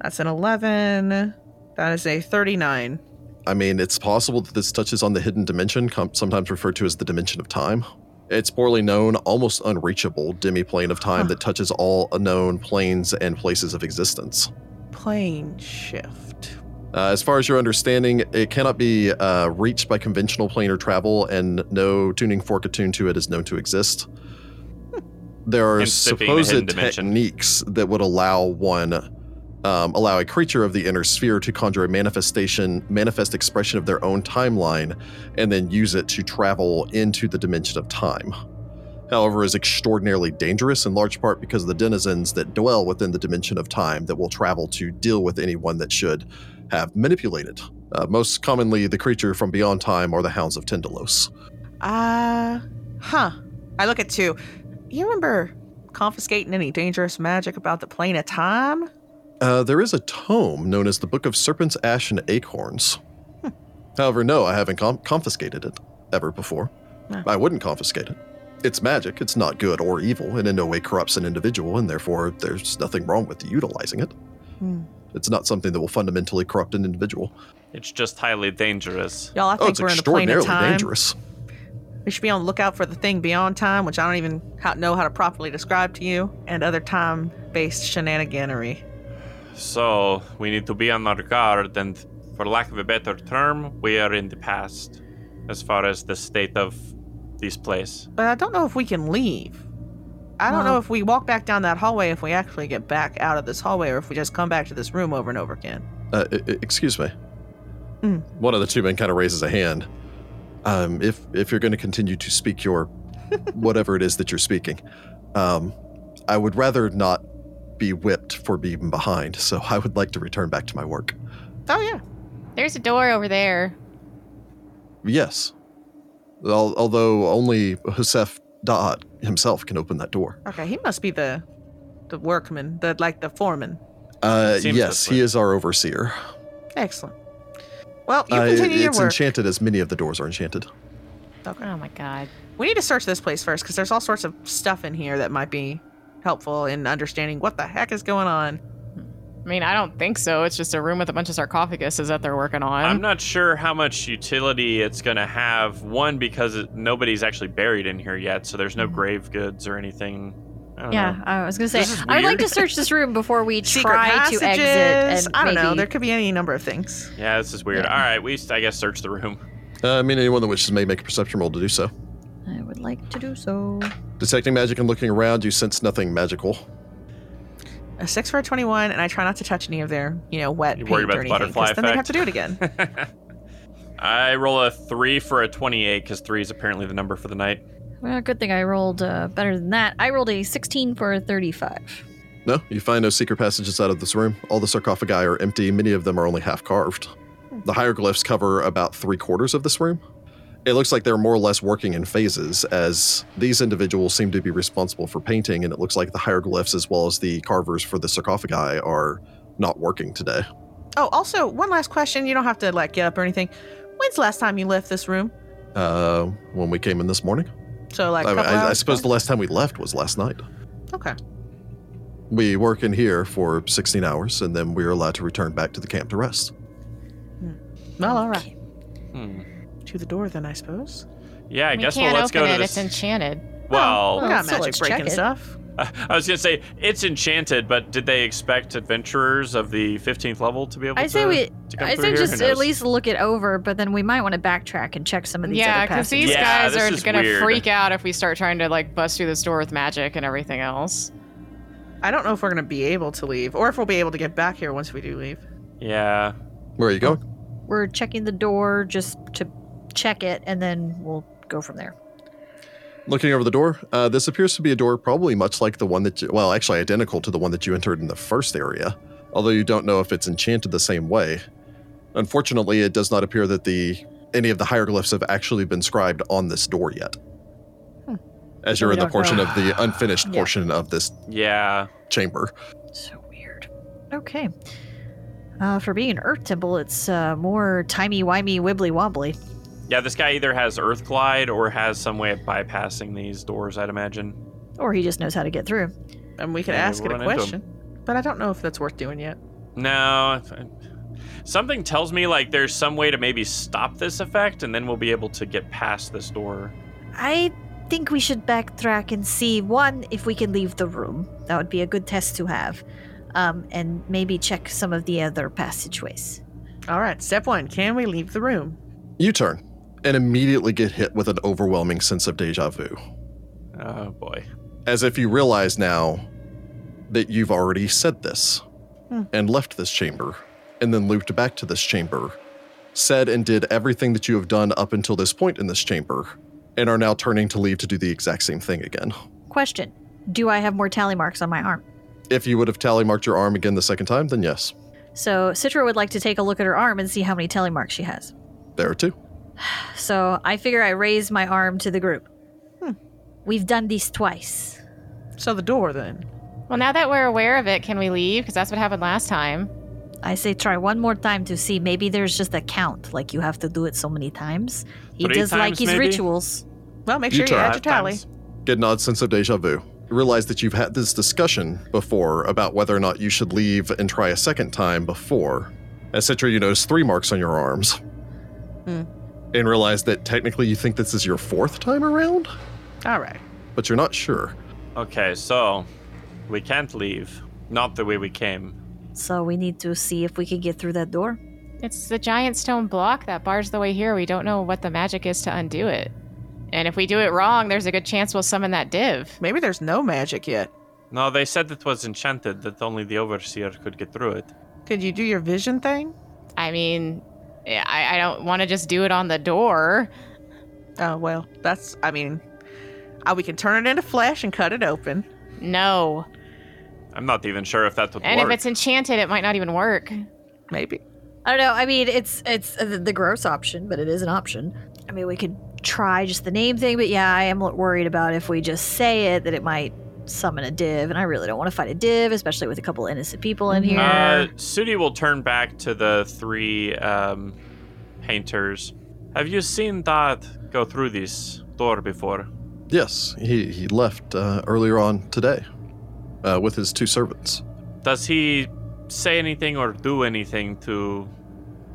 That's an 11. That is a 39.
I mean, it's possible that this touches on the hidden dimension, com- sometimes referred to as the dimension of time. It's poorly known, almost unreachable demi-plane of time that touches all known planes and places of existence.
Plane shift.
Uh, as far as your understanding, it cannot be uh, reached by conventional planar travel, and no tuning fork attuned to it is known to exist. There are
Hence it being the hidden
supposed
dimension.
techniques that would allow one, um, allow a creature of the inner sphere to conjure a manifestation, manifest expression of their own timeline, and then use it to travel into the dimension of time. However, is extraordinarily dangerous in large part because of the denizens that dwell within the dimension of time that will travel to deal with anyone that should have manipulated. Uh, most commonly, the creature from beyond time are the Hounds of Tendalos.
Uh, huh. I look at two. You remember confiscating any dangerous magic about the plane of time?
Uh, there is a tome known as the Book of Serpents, Ash, and Acorns.
Hmm.
However, no, I haven't com- confiscated it ever before.
Ah.
I wouldn't confiscate it. It's magic, it's not good or evil, and in no way corrupts an individual, and therefore there's nothing wrong with utilizing it.
Hmm.
It's not something that will fundamentally corrupt an individual.
It's just highly dangerous.
Y'all, I
Oh,
think
it's
we're in the plane of
extraordinarily
time.
dangerous.
We should be on the lookout for the thing beyond time, which I don't even how, know how to properly describe to you, and other time-based shenaniganery.
So we need to be on our guard, and for lack of a better term, we are in the past as far as the state of this place.
But I don't know if we can leave. I don't
Well-
know if we walk back down that hallway, if we actually get back out of this hallway, or if we just come back to this room over and over again.
Uh, e- e- excuse me.
Mm.
One of the two men kind of raises a hand. Um, if if you're going to continue to speak your whatever it is that you're speaking, um, I would rather not be whipped for being behind. So I would like to return back to my work.
Oh yeah,
There's a door over there.
Yes, Al- although only Hosef Daat himself can open that door.
Okay, he must be the the workman, the like the foreman.
Uh,
Seems
yes,
this way.
he is our overseer.
Excellent. Well, you
Uh, it-
continue your
it's
work.
enchanted, as many of the doors are enchanted.
Oh my god.
we need to search this place first because there's all sorts of stuff in here that might be helpful in understanding what the heck is going on.
I mean, I don't think so. It's just a room with a bunch of sarcophaguses that they're working on.
I'm not sure how much utility it's going to have. One, because it, nobody's actually buried in here yet, so there's no grave goods or anything. I don't
Yeah,
know.
I was gonna say
This is
I would like
weird.
to search this room before we
Secret
try
passages.
to exit. And
I don't know.
maybe-
There could be any number of things.
Yeah, this is weird.
Yeah.
All right, we s- I guess search the room.
Uh, I mean, anyone that wishes may make a perception roll to do so.
I would like to do so.
Detecting magic and looking around, you sense nothing magical.
A six for a twenty-one, and I try not to touch any of their, you know, wet
You're
paint
worried
or
about the
anything. 'cause
butterfly
then they have
effect?
to do it again.
I roll a three for a 28 because three is apparently the number for the night.
Well, good thing I rolled uh, better than that. I rolled a 16 for a 35.
No, you find no secret passages out of this room. All the sarcophagi are empty. Many of them are only half carved. The hieroglyphs cover about three quarters of this room. It looks like they're more or less working in phases, as these individuals seem to be responsible for painting, and it looks like the hieroglyphs as well as the carvers for the sarcophagi are not working today.
oh, also, one last question. You don't have to like get up or anything. When's the last time you left this room?
Uh, when we came in this morning,
So like, a
I,
couple
I, I
hours
suppose
ago?
the last time we left was last night.
okay.
We work in here for 16 hours, and then we're allowed to return back to the camp to rest.
Well, all right.
Okay.
Hmm.
To the door, then I suppose.
Yeah, I
we
guess
can't
well let's
open
go to
it.
this.
It's enchanted.
well,
Oh,
we got
so
magic
let's check
breaking
it.
stuff.
oh.
I I was gonna say it's enchanted, but did they expect adventurers of the 15th level to be able
I
to?
say we.
to come
I
through
say
here? Who
just at
knows?
least look it over, but then we might want to backtrack and check some of these
Yeah,
other
because
passages.
these
Yeah,
guys
this
are
is
gonna
weird.
freak out if we start trying to like bust through this door with magic and everything else.
I don't know if we're gonna be able to leave, or if we'll be able to get back here once we do leave.
Yeah.
Where are you
Oh.
going?
We're checking the door just to check it, and then we'll go from there.
Looking over the door, uh, this appears to be a door probably much like the one that, you, well, actually identical to the one that you entered in the first area, although you don't know if it's enchanted the same way. Unfortunately, it does not appear that the any of the hieroglyphs have actually been scribed on this door yet. As
So
you're
Hmm.
in
we
the
don't
portion
know.
of the unfinished
Yeah.
portion of this
Yeah.
chamber.
So weird. Okay. Uh, for being an Earth temple, it's uh, more timey wimey wibbly wobbly.
Yeah, this guy either has Earth Glide or has some way of bypassing these doors, I'd imagine.
Or he just knows how to get through.
And we could
Yeah,
ask it
we'll
a
run into 'em.
question. But I don't know if that's worth doing yet.
No. I- Something tells me like there's some way to maybe stop this effect, and then we'll be able to get past this door.
I think we should backtrack and see one if we can leave the room. That would be a good test to have, um, and maybe check some of the other passageways.
All right, step one can we leave the room?
You turn and immediately get hit with an overwhelming sense of deja vu,
Oh boy.
as if you realize now that you've already said this
Hmm.
and left this chamber and then looped back to this chamber, said and did everything that you have done up until this point in this chamber, and are now turning to leave to do the exact same thing again.
Question: Do I have more tally marks on my arm?
If you would have tally marked your arm again the second time, then yes,
So Citra would like to take a look at her arm and see how many tally marks she has.
there are two.
So I figure I raise my arm to the group. We've done this twice.
So the door then.
Well, now that we're aware of it, can we leave? Because that's what happened last time.
I say try one more time to see. Maybe there's just a count, like you have to do it so many times. He
Three
does like
times,
his
maybe?
rituals.
Well, make
You
sure you
try.
add your tally.
Times.
Get an odd sense of deja vu. You realize that you've had this discussion before about whether or not you should leave and try a second time before. As Citra, you notice three marks on your arms.
Hmm.
And realize that technically you think this is your fourth time around,
All right.
but you're not sure.
Okay, so we can't leave. Not the way we came.
So we need to see if we can get through that door.
It's the giant stone block that bars the way here. We don't know what the magic is to undo it. And if we do it wrong, there's a good chance we'll summon that div.
Maybe there's no magic yet.
No, they said it was enchanted, that only the overseer could get through it.
Could you do your vision thing?
I mean, yeah, I, I don't want to just do it on the door.
Oh, well, that's, I mean, uh, we can turn it into flesh and cut it open.
No.
I'm not even sure if that would
And
work.
if it's enchanted, it might not even work.
Maybe.
I don't know. I mean, it's it's the, the gross option, but it is an option. I mean, we could try just the name thing, but yeah, I am worried about if we just say it that it might summon a div, and I really don't want to fight a div, especially with a couple innocent people
Mm-hmm.
in here.
uh, Sudi will turn back to the three um, painters. Have you seen that go through this door before?
Yes, he, he left uh, earlier on today uh, with his two servants.
Does he say anything or do anything to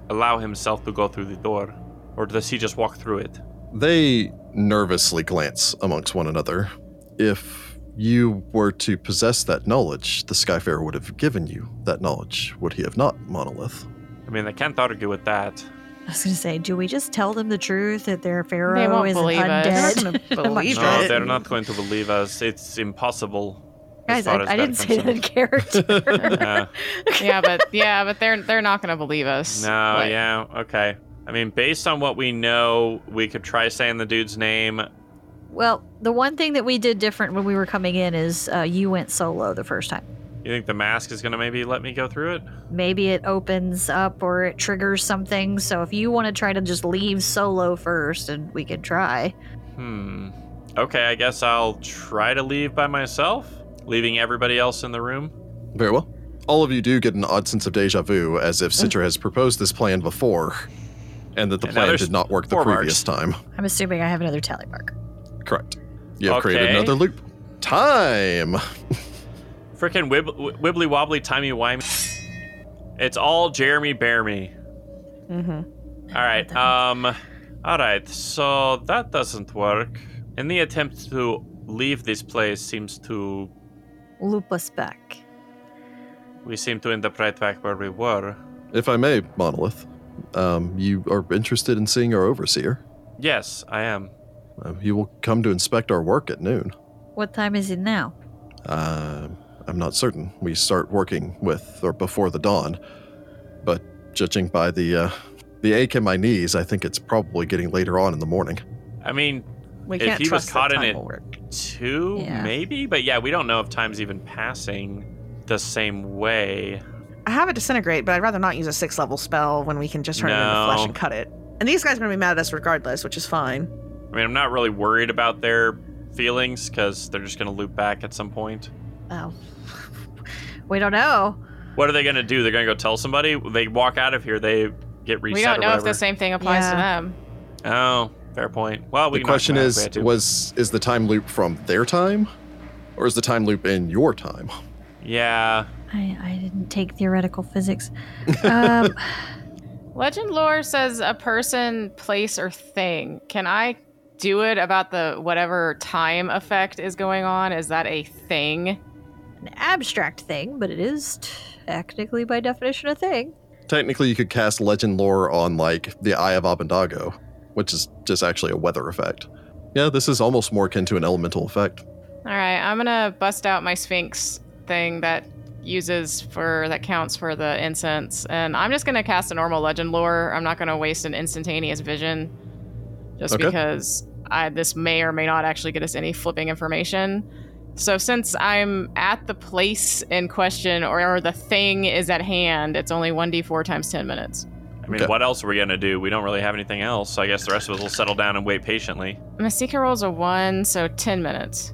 allow himself to go through the door? Or does he just walk through it?
They nervously glance amongst one another. If you were to possess that knowledge, the Skyfarer would have given you that knowledge, would he have not, Monolith?
I mean, I can't argue with that.
I was gonna say, do we just tell them the truth that their pharaoh
won't
is an
believe us.
They're not
undead?
gonna believe
No,
it.
they're not going to believe us. It's impossible. as
Guys,
far
I,
as
I didn't say that in
concerned.
character.
Yeah.
yeah, but yeah, but they're they're not gonna believe us.
No,
But-
yeah, okay. I mean, based on what we know, we could try saying the dude's name.
well, the one thing that we did different when we were coming in is uh, you went solo the first time.
You think the mask is going to maybe let me go through it?
Maybe it opens up or it triggers something. So if you want to try to just leave solo first, and we could try.
Hmm. Okay, I guess I'll try to leave by myself, leaving everybody else in the room.
Very well. All of you do get an odd sense of deja vu, as if Citra has proposed this plan before, and that the
And now
plan
there's
did not work the
four
previous
marks.
time.
I'm assuming I have another tally mark.
Correct. You have created
Okay.
another loop. Time.
Frickin' wib- w- wibbly wobbly timey wimey. It's all Jeremy Bear me.
Mhm.
All right. Um. All right. So that doesn't work. Any attempt to leave this place seems to
Loop us back.
we seem to end up right back where we were.
If I may, Monolith, um, you are interested in seeing our overseer.
Yes, I am.
Uh, he will come to inspect our work at noon.
What time is it now?
Uh, I'm not certain. We start working with or before the dawn, but judging by the uh, the ache in my knees, I think it's probably getting later on in the morning.
I mean,
We
If
can't
he was
trust that
caught in
time
it-
will work.
two
Yeah.
maybe, but yeah, we don't know if time's even passing the same way.
I have a disintegrate, but I'd rather not use a six level spell when we can just turn it into flesh
No.
and cut it. And these guys are gonna be mad at us regardless, which is fine.
I mean, I'm not really worried about their feelings because they're just gonna loop back at some point.
Oh, we don't know.
What are they gonna do? They're gonna go tell somebody. They walk out of here. They get reset.
We don't
or
know if
whatever.
the same thing applies to
Yeah.
them.
Oh, fair point. Well, we
the
can knock
question
them out if we
is
had to.
was is the time loop from their time or is the time loop in your time
yeah,
I, I didn't take theoretical physics. Um,
Legend lore says a person, place, or thing. Can I do it about the whatever time effect is going on? Is that a thing?
an abstract thing, but it is technically by definition a thing.
Technically, you could cast Legend Lore on like the Eye of Abendago, which is just actually a weather effect. Yeah, this is almost more akin to an elemental effect.
All right, I'm gonna bust out my Sphinx thing that uses for that counts for the incense, and I'm just gonna cast a normal legend lore. I'm not gonna waste an instantaneous vision, just
Okay.
because I, this may or may not actually get us any flipping information. So since I'm at the place in question, or, or the thing is at hand, it's only one d4 times 10 minutes.
I mean,
Okay.
what else are we gonna do? We don't really have anything else. So I guess the rest of us will settle down and wait patiently.
Masika rolls a one, so 10 minutes.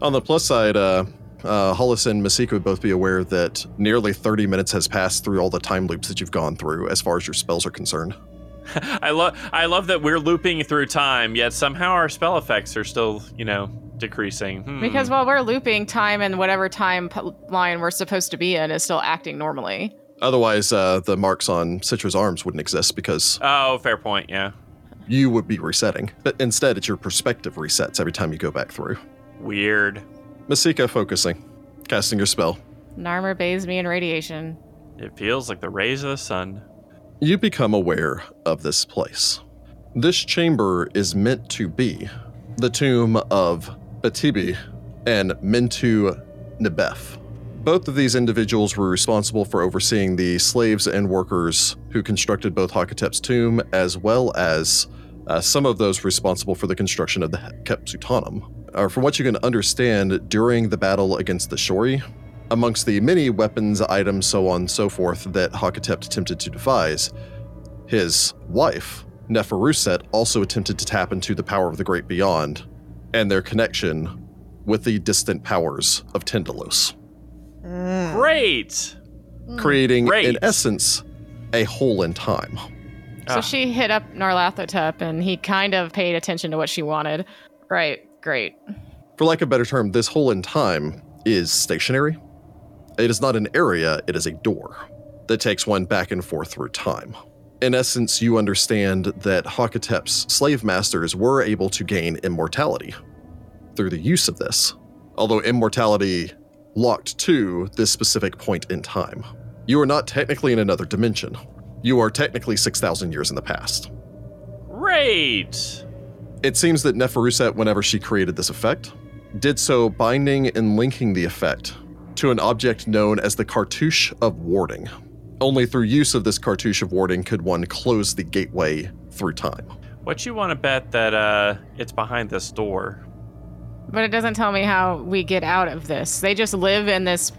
On the plus side, uh, uh, Hollis and Masika would both be aware that nearly 30 minutes has passed through all the time loops that you've gone through as far as your spells are concerned.
I love I love that we're looping through time, yet somehow our spell effects are still, you know, decreasing. Hmm.
Because while we're looping, time and whatever time p- line we're supposed to be in is still acting normally.
Otherwise, uh, the marks on Citra's arms wouldn't exist because
Oh, fair point, yeah.
you would be resetting. But instead, it's your perspective resets every time you go back through.
Weird.
Masika focusing, casting your spell.
Narmer bathes me in radiation.
It feels like the rays of the sun.
You become aware of this place. This chamber is meant to be the tomb of Batibi and Mentu Nebef. Both of these individuals were responsible for overseeing the slaves and workers who constructed both Hakatep's tomb, as well as uh, some of those responsible for the construction of the Kepsutanum. Uh, from what you can understand, during the battle against the Shori, amongst the many weapons, items, so on and so forth that Hakatep attempted to devise, his wife, Neferuset, also attempted to tap into the power of the Great Beyond and their connection with the distant powers of Tendalos, Hmm.
Great!
creating,
Great.
in essence, a hole in time.
Ah.
So she hit up Narlathotep and he kind of paid attention to what she wanted. Right, great.
For lack of a better term, this hole in time is stationary. It is not an area, it is a door that takes one back and forth through time. In essence, you understand that Hakatep's slave masters were able to gain immortality through the use of this, although immortality locked to this specific point in time. You are not technically in another dimension. You are technically 6,000 years in the past.
Great!
It seems that Neferuset, whenever she created this effect, did so binding and linking the effect to an object known as the Cartouche of Warding. Only through use of this Cartouche of Warding could one close the gateway through time.
What you wanna bet that uh it's behind this door?
But it doesn't tell me how we get out of this. They just live in this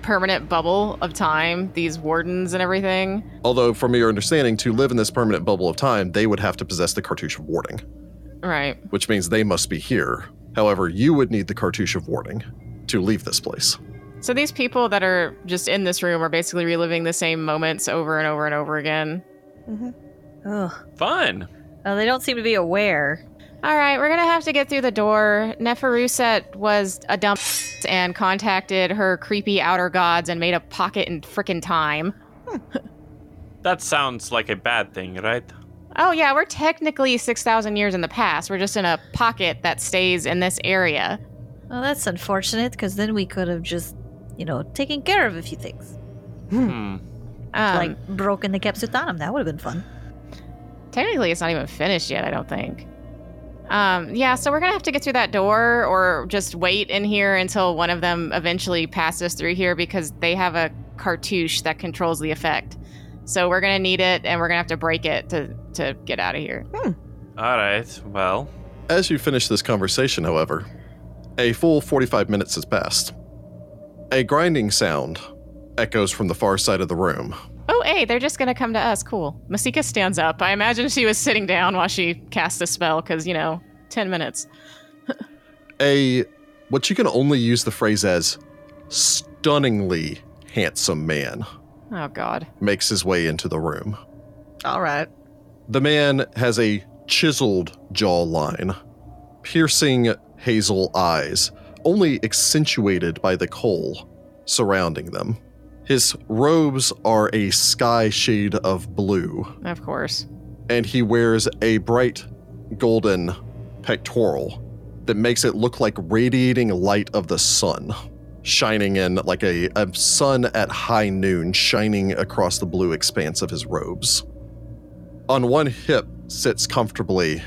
permanent bubble of time, these wardens and everything.
Although, from your understanding, to live in this permanent bubble of time, they would have to possess the Cartouche of Warding,
Right.
which means they must be here. However, you would need the Cartouche of Warding to leave this place.
So these people that are just in this room are basically reliving the same moments over and over and over again.
Ugh.
Fun.
Oh, they don't seem to be aware.
All right, we're gonna have to get through the door. Neferuset was a dumb and contacted her creepy outer gods and made a pocket in frickin' time.
That sounds like a bad thing, right?
Oh yeah, we're technically six thousand years in the past. We're just in a pocket that stays in this area.
Well, that's unfortunate because then we could have just, you know, taken care of a few things.
Hmm.
Um,
like broken the Capsutanum. That would have been fun.
technically, it's not even finished yet. I don't think. Um, yeah, so we're gonna have to get through that door, or just wait in here until one of them eventually passes through here because they have a cartouche that controls the effect. So we're gonna need it, and we're gonna have to break it to to get out of here.
Alright, well.
As you finish this conversation, however, a full 45 minutes has passed. A grinding sound echoes from the far side of the room.
Oh, hey, they're just gonna come to us. Cool. Masika stands up. I imagine she was sitting down while she cast the spell because you know, ten minutes.
A what you can only use the phrase as stunningly handsome man
Oh God.
makes his way into the room.
All right.
The man has a chiseled jawline, piercing hazel eyes, only accentuated by the coal surrounding them. His robes are a sky shade of blue,
Of course.
and he wears a bright golden pectoral that makes it look like radiating light of the sun, shining in like a, a sun at high noon, shining across the blue expanse of his robes. On one hip sits comfortably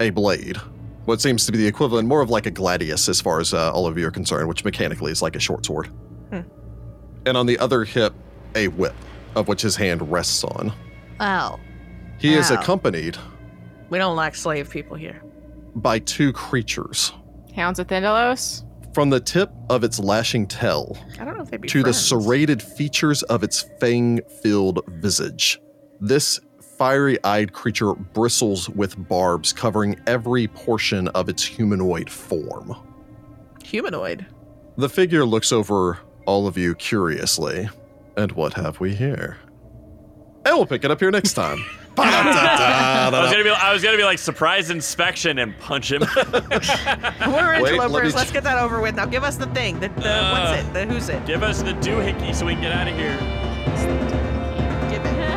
a blade, what seems to be the equivalent more of like a gladius as far as uh, all of you are concerned, which mechanically is like a short sword.
Hmm.
And on the other hip, a whip, of which his hand rests on.
Oh.
He is
Wow.
accompanied
We don't like slave people here.
by two creatures.
Hounds of Thindalos?
From the tip of its lashing tail
I don't know if they'd be
to the
friends.
serrated features of its fang filled visage, this fiery eyed creature bristles with barbs covering every portion of its humanoid form.
humanoid.
The figure looks over all of you curiously. And what have we here? And we'll pick it up here next time.
I was
Ba-da-da-da-da-da.
gonna be, I was gonna be like surprise inspection and punch him.
We're in
Wait,
Angelo
let me
Brewers.
ch-
Let's get that over with. Now give us the thing. The, the
Uh.
what's it? The who's it?
Give us the doohickey so we can get out of here.
Give it.